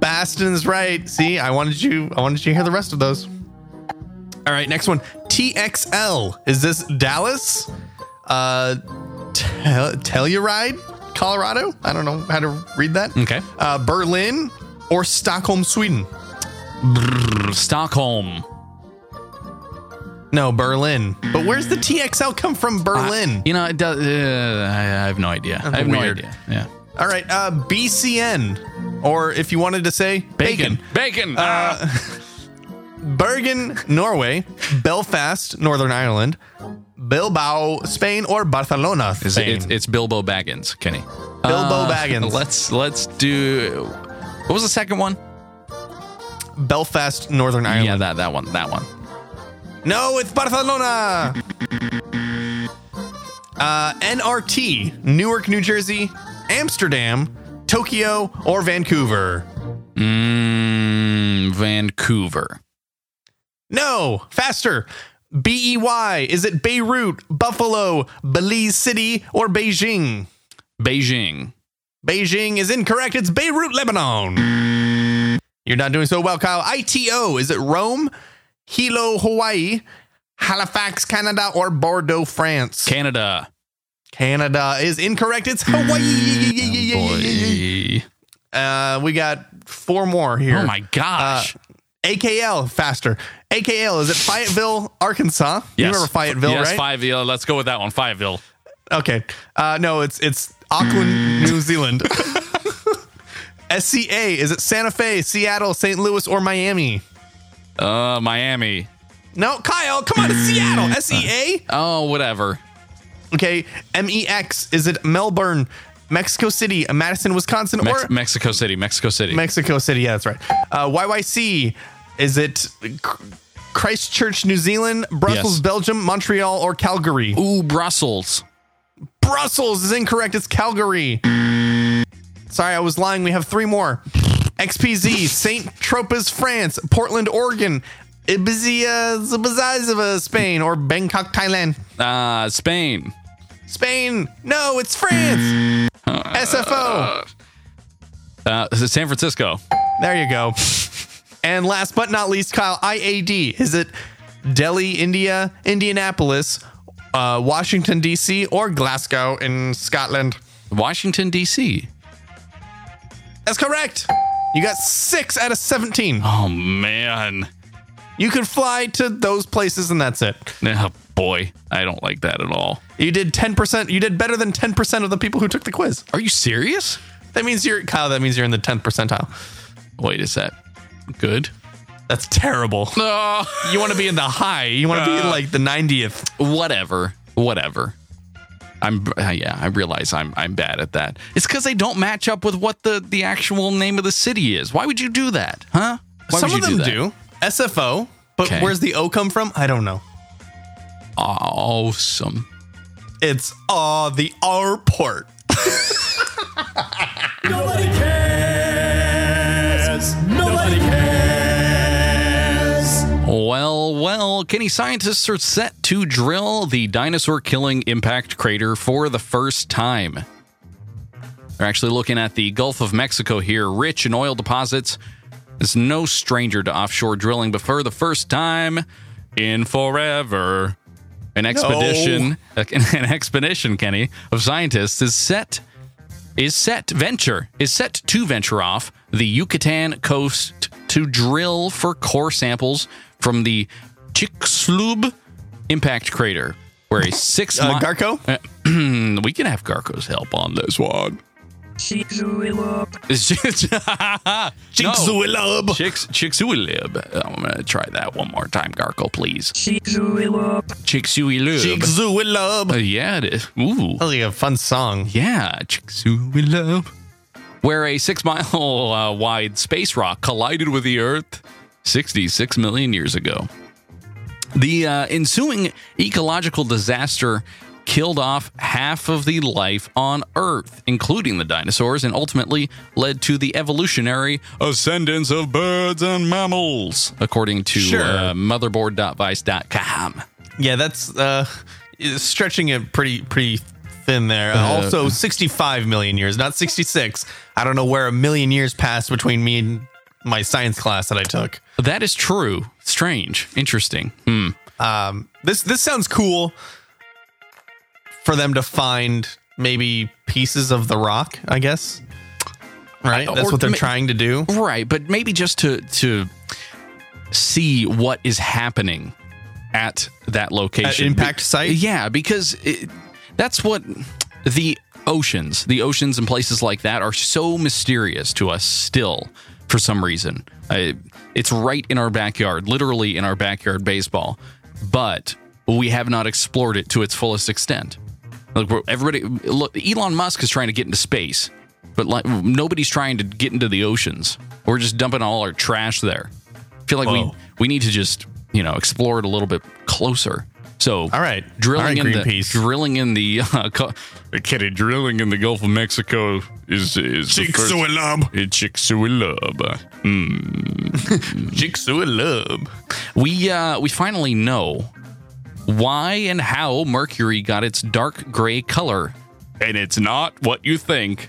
Speaker 2: Baston's right. See, I wanted you. I wanted you to hear the rest of those. All right, next one. TXL. Is this Dallas? Uh, Tel- Telluride, Colorado. I don't know how to read that.
Speaker 1: Okay.
Speaker 2: Uh, Berlin or Stockholm, Sweden.
Speaker 1: Brr, Stockholm.
Speaker 2: No, Berlin. But where's the TXL come from? Berlin.
Speaker 1: You know, it does, uh, I, I have no idea. I
Speaker 2: Weird.
Speaker 1: have no idea. Yeah.
Speaker 2: All right, uh, BCN, or if you wanted to say bacon. Uh,
Speaker 1: Bacon. Ah,
Speaker 2: Bergen, Norway, Belfast, Northern Ireland, Bilbao, Spain, or Barcelona,
Speaker 1: Is it-
Speaker 2: Spain.
Speaker 1: it's, uh, it's Bilbo Baggins, Kenny.
Speaker 2: Bilbo Baggins.
Speaker 1: Let's let's do. What was the second one?
Speaker 2: Belfast, Northern
Speaker 1: Yeah,
Speaker 2: Ireland.
Speaker 1: that that one. That one.
Speaker 2: No, it's Barcelona. Uh, NRT, Newark, New Jersey, Amsterdam, Tokyo, or Vancouver.
Speaker 1: Mm, Vancouver.
Speaker 2: No, faster. B E Y. Is it Beirut, Buffalo, Belize City, or Beijing?
Speaker 1: Beijing.
Speaker 2: Beijing is incorrect. It's Beirut, Lebanon. You're not doing so well, Kyle. ITO. Is it Rome, Hilo, Hawaii, Halifax, Canada, or Bordeaux, France?
Speaker 1: Canada.
Speaker 2: Canada is incorrect. It's Hawaii.
Speaker 1: Mm, oh, Boy.
Speaker 2: Uh, we got four more here.
Speaker 1: Oh my gosh.
Speaker 2: Uh, AKL, faster. AKL, is it Fayetteville, Arkansas? You
Speaker 1: Yes.
Speaker 2: remember Fayetteville,
Speaker 1: yes,
Speaker 2: right?
Speaker 1: Fayetteville. Let's go with that one. Fayetteville.
Speaker 2: Okay. Uh, no, it's it's Auckland,
Speaker 1: Mm.
Speaker 2: New Zealand. SCA, is it Santa Fe, Seattle, St. Louis, or Miami?
Speaker 1: Uh, Miami.
Speaker 2: No, Kyle, come on, it's
Speaker 1: Mm.
Speaker 2: Seattle. SEA?
Speaker 1: Oh, whatever.
Speaker 2: Okay, MEX, is it Melbourne, Mexico City, Madison, Wisconsin,
Speaker 1: Mex-
Speaker 2: or
Speaker 1: Mexico City. Mexico City.
Speaker 2: Mexico City? Yeah, that's right. Uh, YYC, is it Cr- Christchurch, New Zealand, Brussels,
Speaker 1: Yes.
Speaker 2: Belgium, Montreal, or Calgary?
Speaker 1: Ooh, Brussels.
Speaker 2: Brussels is incorrect. It's Calgary. Sorry, I was lying. We have three more. XPZ, St. Tropez, France, Portland, Oregon, Ibiza, Zibazizava, Spain, or Bangkok, Thailand.
Speaker 1: Uh, Spain.
Speaker 2: Spain. No, it's France. SFO.
Speaker 1: Uh, San Francisco.
Speaker 2: There you go. And last but not least, Kyle, IAD. Is it Delhi, India, Indianapolis, uh, Washington, D.C., or Glasgow in Scotland?
Speaker 1: Washington D.C.
Speaker 2: That's correct. You got six out of 17.
Speaker 1: Oh man.
Speaker 2: You could fly to those places and that's it.
Speaker 1: Oh, boy, I don't like that at all.
Speaker 2: You did 10%. You did better than 10% of the people who took the quiz.
Speaker 1: Are you serious?
Speaker 2: That means you're Kyle. That means you're in the tenth percentile.
Speaker 1: Wait a sec. Good.
Speaker 2: That's terrible.
Speaker 1: No.
Speaker 2: You want to be in the high. You want to be
Speaker 1: Uh.
Speaker 2: like the ninetieth.
Speaker 1: whatever, whatever. I'm uh, yeah, I realize I'm I'm bad at that. It's because they don't match up with what the the actual name of the city is. Why would you do that, huh? Why
Speaker 2: Some
Speaker 1: would
Speaker 2: of them
Speaker 1: you
Speaker 2: do,
Speaker 1: that?
Speaker 2: SFO, but
Speaker 1: Okay.
Speaker 2: where's the O come from? I don't know.
Speaker 1: Oh, Awesome.
Speaker 2: It's uh the R port.
Speaker 1: Well, well, Kenny scientists are set to drill the dinosaur killing impact crater for the first time. They're actually looking at the Gulf of Mexico here, rich in oil deposits. It's no stranger to offshore drilling, but for the first time in forever, an expedition, an expedition, Kenny, of scientists is set is set venture is set to venture off the Yucatan coast to drill for core samples from the Chicxulub impact crater, where a six
Speaker 2: Uh,
Speaker 1: mi-
Speaker 2: Garco?
Speaker 1: we can have Garco's help on this one. Chicxulub.
Speaker 2: Jigsaw
Speaker 1: no. Chicks, Chicxulub. I'm gonna try that one more time, Garco, please. Chicxulub. Uh,
Speaker 2: Jigsaw
Speaker 1: yeah, it is. Ooh.
Speaker 2: That's like a fun song.
Speaker 1: Yeah, Chicxulub. Where a six mile uh, wide space rock collided with the Earth 66 million years ago. The uh, ensuing ecological disaster killed off half of the life on Earth, including the dinosaurs, and ultimately led to the evolutionary ascendance of birds and mammals, according to
Speaker 2: Sure.
Speaker 1: uh, motherboard.vice.com.
Speaker 2: Yeah, that's uh stretching it pretty pretty thin there. Uh, also 65 million years, not 66. I don't know where a million years passed between me and my science class that I took.
Speaker 1: That is true. Strange. Interesting. Hmm.
Speaker 2: Um this this sounds cool for them to find maybe pieces of the rock, I guess. Right?
Speaker 1: Uh,
Speaker 2: That's
Speaker 1: or
Speaker 2: what they're
Speaker 1: ma-
Speaker 2: trying to do.
Speaker 1: Right, but maybe just to to see what is happening at that
Speaker 2: At
Speaker 1: location.
Speaker 2: impact
Speaker 1: Be-
Speaker 2: site.
Speaker 1: yeah, because it, that's what the oceans, the oceans and places like that are so mysterious to us still for some reason. I, it's right in our backyard, literally in our backyard baseball, but we have not explored it to its fullest extent. Like we're, everybody, look, Elon Musk is trying to get into space, but like nobody's trying to get into the oceans. We're just dumping all our trash there. I feel like we
Speaker 2: Whoa.
Speaker 1: we need to just you know explore it a little bit closer. So
Speaker 2: All right.
Speaker 1: drilling
Speaker 2: All right,
Speaker 1: in
Speaker 2: Greenpeace.
Speaker 1: the drilling in the uh, co- Kenny, drilling in the Gulf of Mexico is is the first- It's Chicxulub. Hmm.
Speaker 2: Jigsaw love.
Speaker 1: We uh, we finally know why and how Mercury got its dark gray color, and it's not what you think.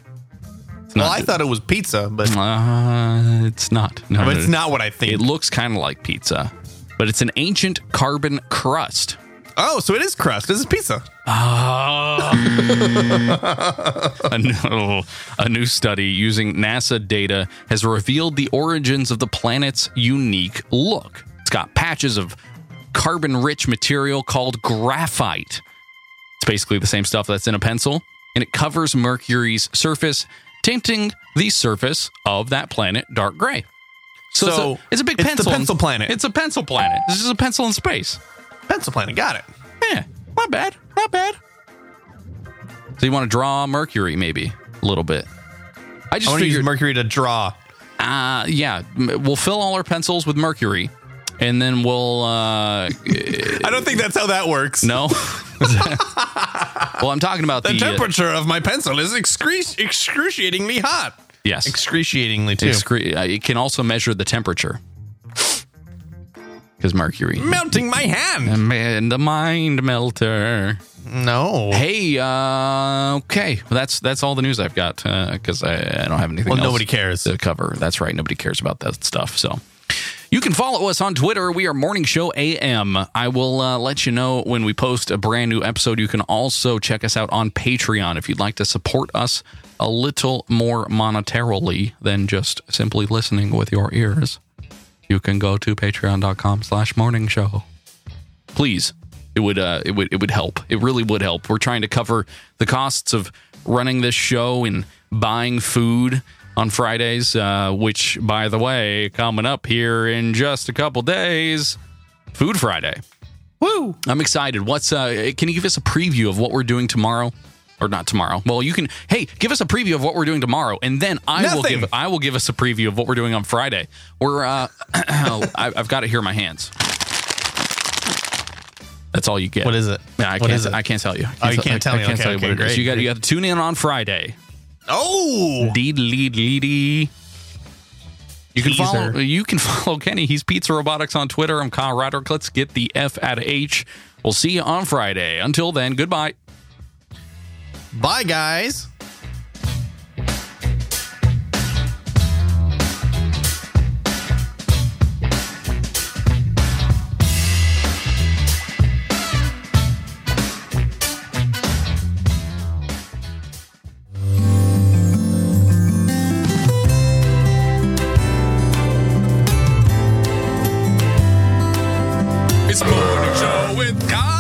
Speaker 1: It's
Speaker 2: Well,
Speaker 1: not-
Speaker 2: I thought it was pizza, but
Speaker 1: Uh, it's not. No,
Speaker 2: but
Speaker 1: no,
Speaker 2: it's
Speaker 1: no.
Speaker 2: not what I
Speaker 1: It
Speaker 2: think.
Speaker 1: looks kind of like pizza, but it's an ancient carbon crust.
Speaker 2: Oh, so it is crust. This is pizza.
Speaker 1: A new, a new study using NASA data has revealed the origins of the planet's unique look. It's got patches of carbon rich material called graphite. It's basically the same stuff that's in a pencil, and it covers Mercury's surface, tinting the surface of that planet dark gray. So, it's,
Speaker 2: So
Speaker 1: a, it's a big
Speaker 2: it's the
Speaker 1: pencil.
Speaker 2: pencil planet.
Speaker 1: It's a pencil planet. This is a pencil in space.
Speaker 2: Pencil planet. Got it.
Speaker 1: Yeah, Eh, not bad. Not bad. So you want to draw Mercury maybe a little bit. I
Speaker 2: I
Speaker 1: just
Speaker 2: want to use
Speaker 1: figured,
Speaker 2: mercury to draw.
Speaker 1: uh, yeah, m- we'll fill all our pencils with mercury, and then we'll uh,
Speaker 2: I don't think that's how that works.
Speaker 1: no. well, I'm talking about the,
Speaker 2: The
Speaker 1: uh,
Speaker 2: temperature of my pencil is excru- excruciatingly hot.
Speaker 1: yes,
Speaker 2: Excruciatingly too.
Speaker 1: Excre- uh, it can also measure the temperature because mercury
Speaker 2: Melting my hand.
Speaker 1: and the mind melter.
Speaker 2: No.
Speaker 1: Um, Hey, uh, okay, well, that's that's all the news I've got because I, I don't have anything.
Speaker 2: Well,
Speaker 1: else
Speaker 2: nobody cares.
Speaker 1: to cover. That's right, nobody cares about that stuff. So. You can follow us on Twitter. We are Morning Show AM. I will uh, let you know when we post a brand new episode. You can also check us out on Patreon if you'd like to support us a little more monetarily than just simply listening with your ears. You can go to patreon.com slash morning show please it would uh it would it would help it really would help we're trying to cover the costs of running this show and buying food on Fridays, uh, which, by the way, coming up here in just a couple days, Food Friday. Woo! I'm excited. What's uh? Can you give us a preview of what we're doing tomorrow? Or not tomorrow. Well, you can. Hey, give us a preview of what we're doing tomorrow, and then I
Speaker 2: Nothing.
Speaker 1: will give. I will give us a preview of what we're doing on Friday. We're. Uh, I, I've got it here in my hands. That's all you get.
Speaker 2: What is it?
Speaker 1: Yeah, I
Speaker 2: What
Speaker 1: can't.
Speaker 2: is it?
Speaker 1: I can't tell you. I
Speaker 2: Oh, you
Speaker 1: te-
Speaker 2: can't tell
Speaker 1: I,
Speaker 2: me.
Speaker 1: I can't
Speaker 2: Okay,
Speaker 1: tell you
Speaker 2: okay,
Speaker 1: what it is.
Speaker 2: great.
Speaker 1: You got. You got to tune in on Friday.
Speaker 2: Oh,
Speaker 1: Deed lead leady. You can follow.
Speaker 2: Teaser.
Speaker 1: You can follow Kenny. He's Pizza Robotics on Twitter. I'm Kyle Roderick. Let's get the F out of H. We'll see you on Friday. Until then, goodbye.
Speaker 2: bye guys.
Speaker 1: It's morning show with Kyle.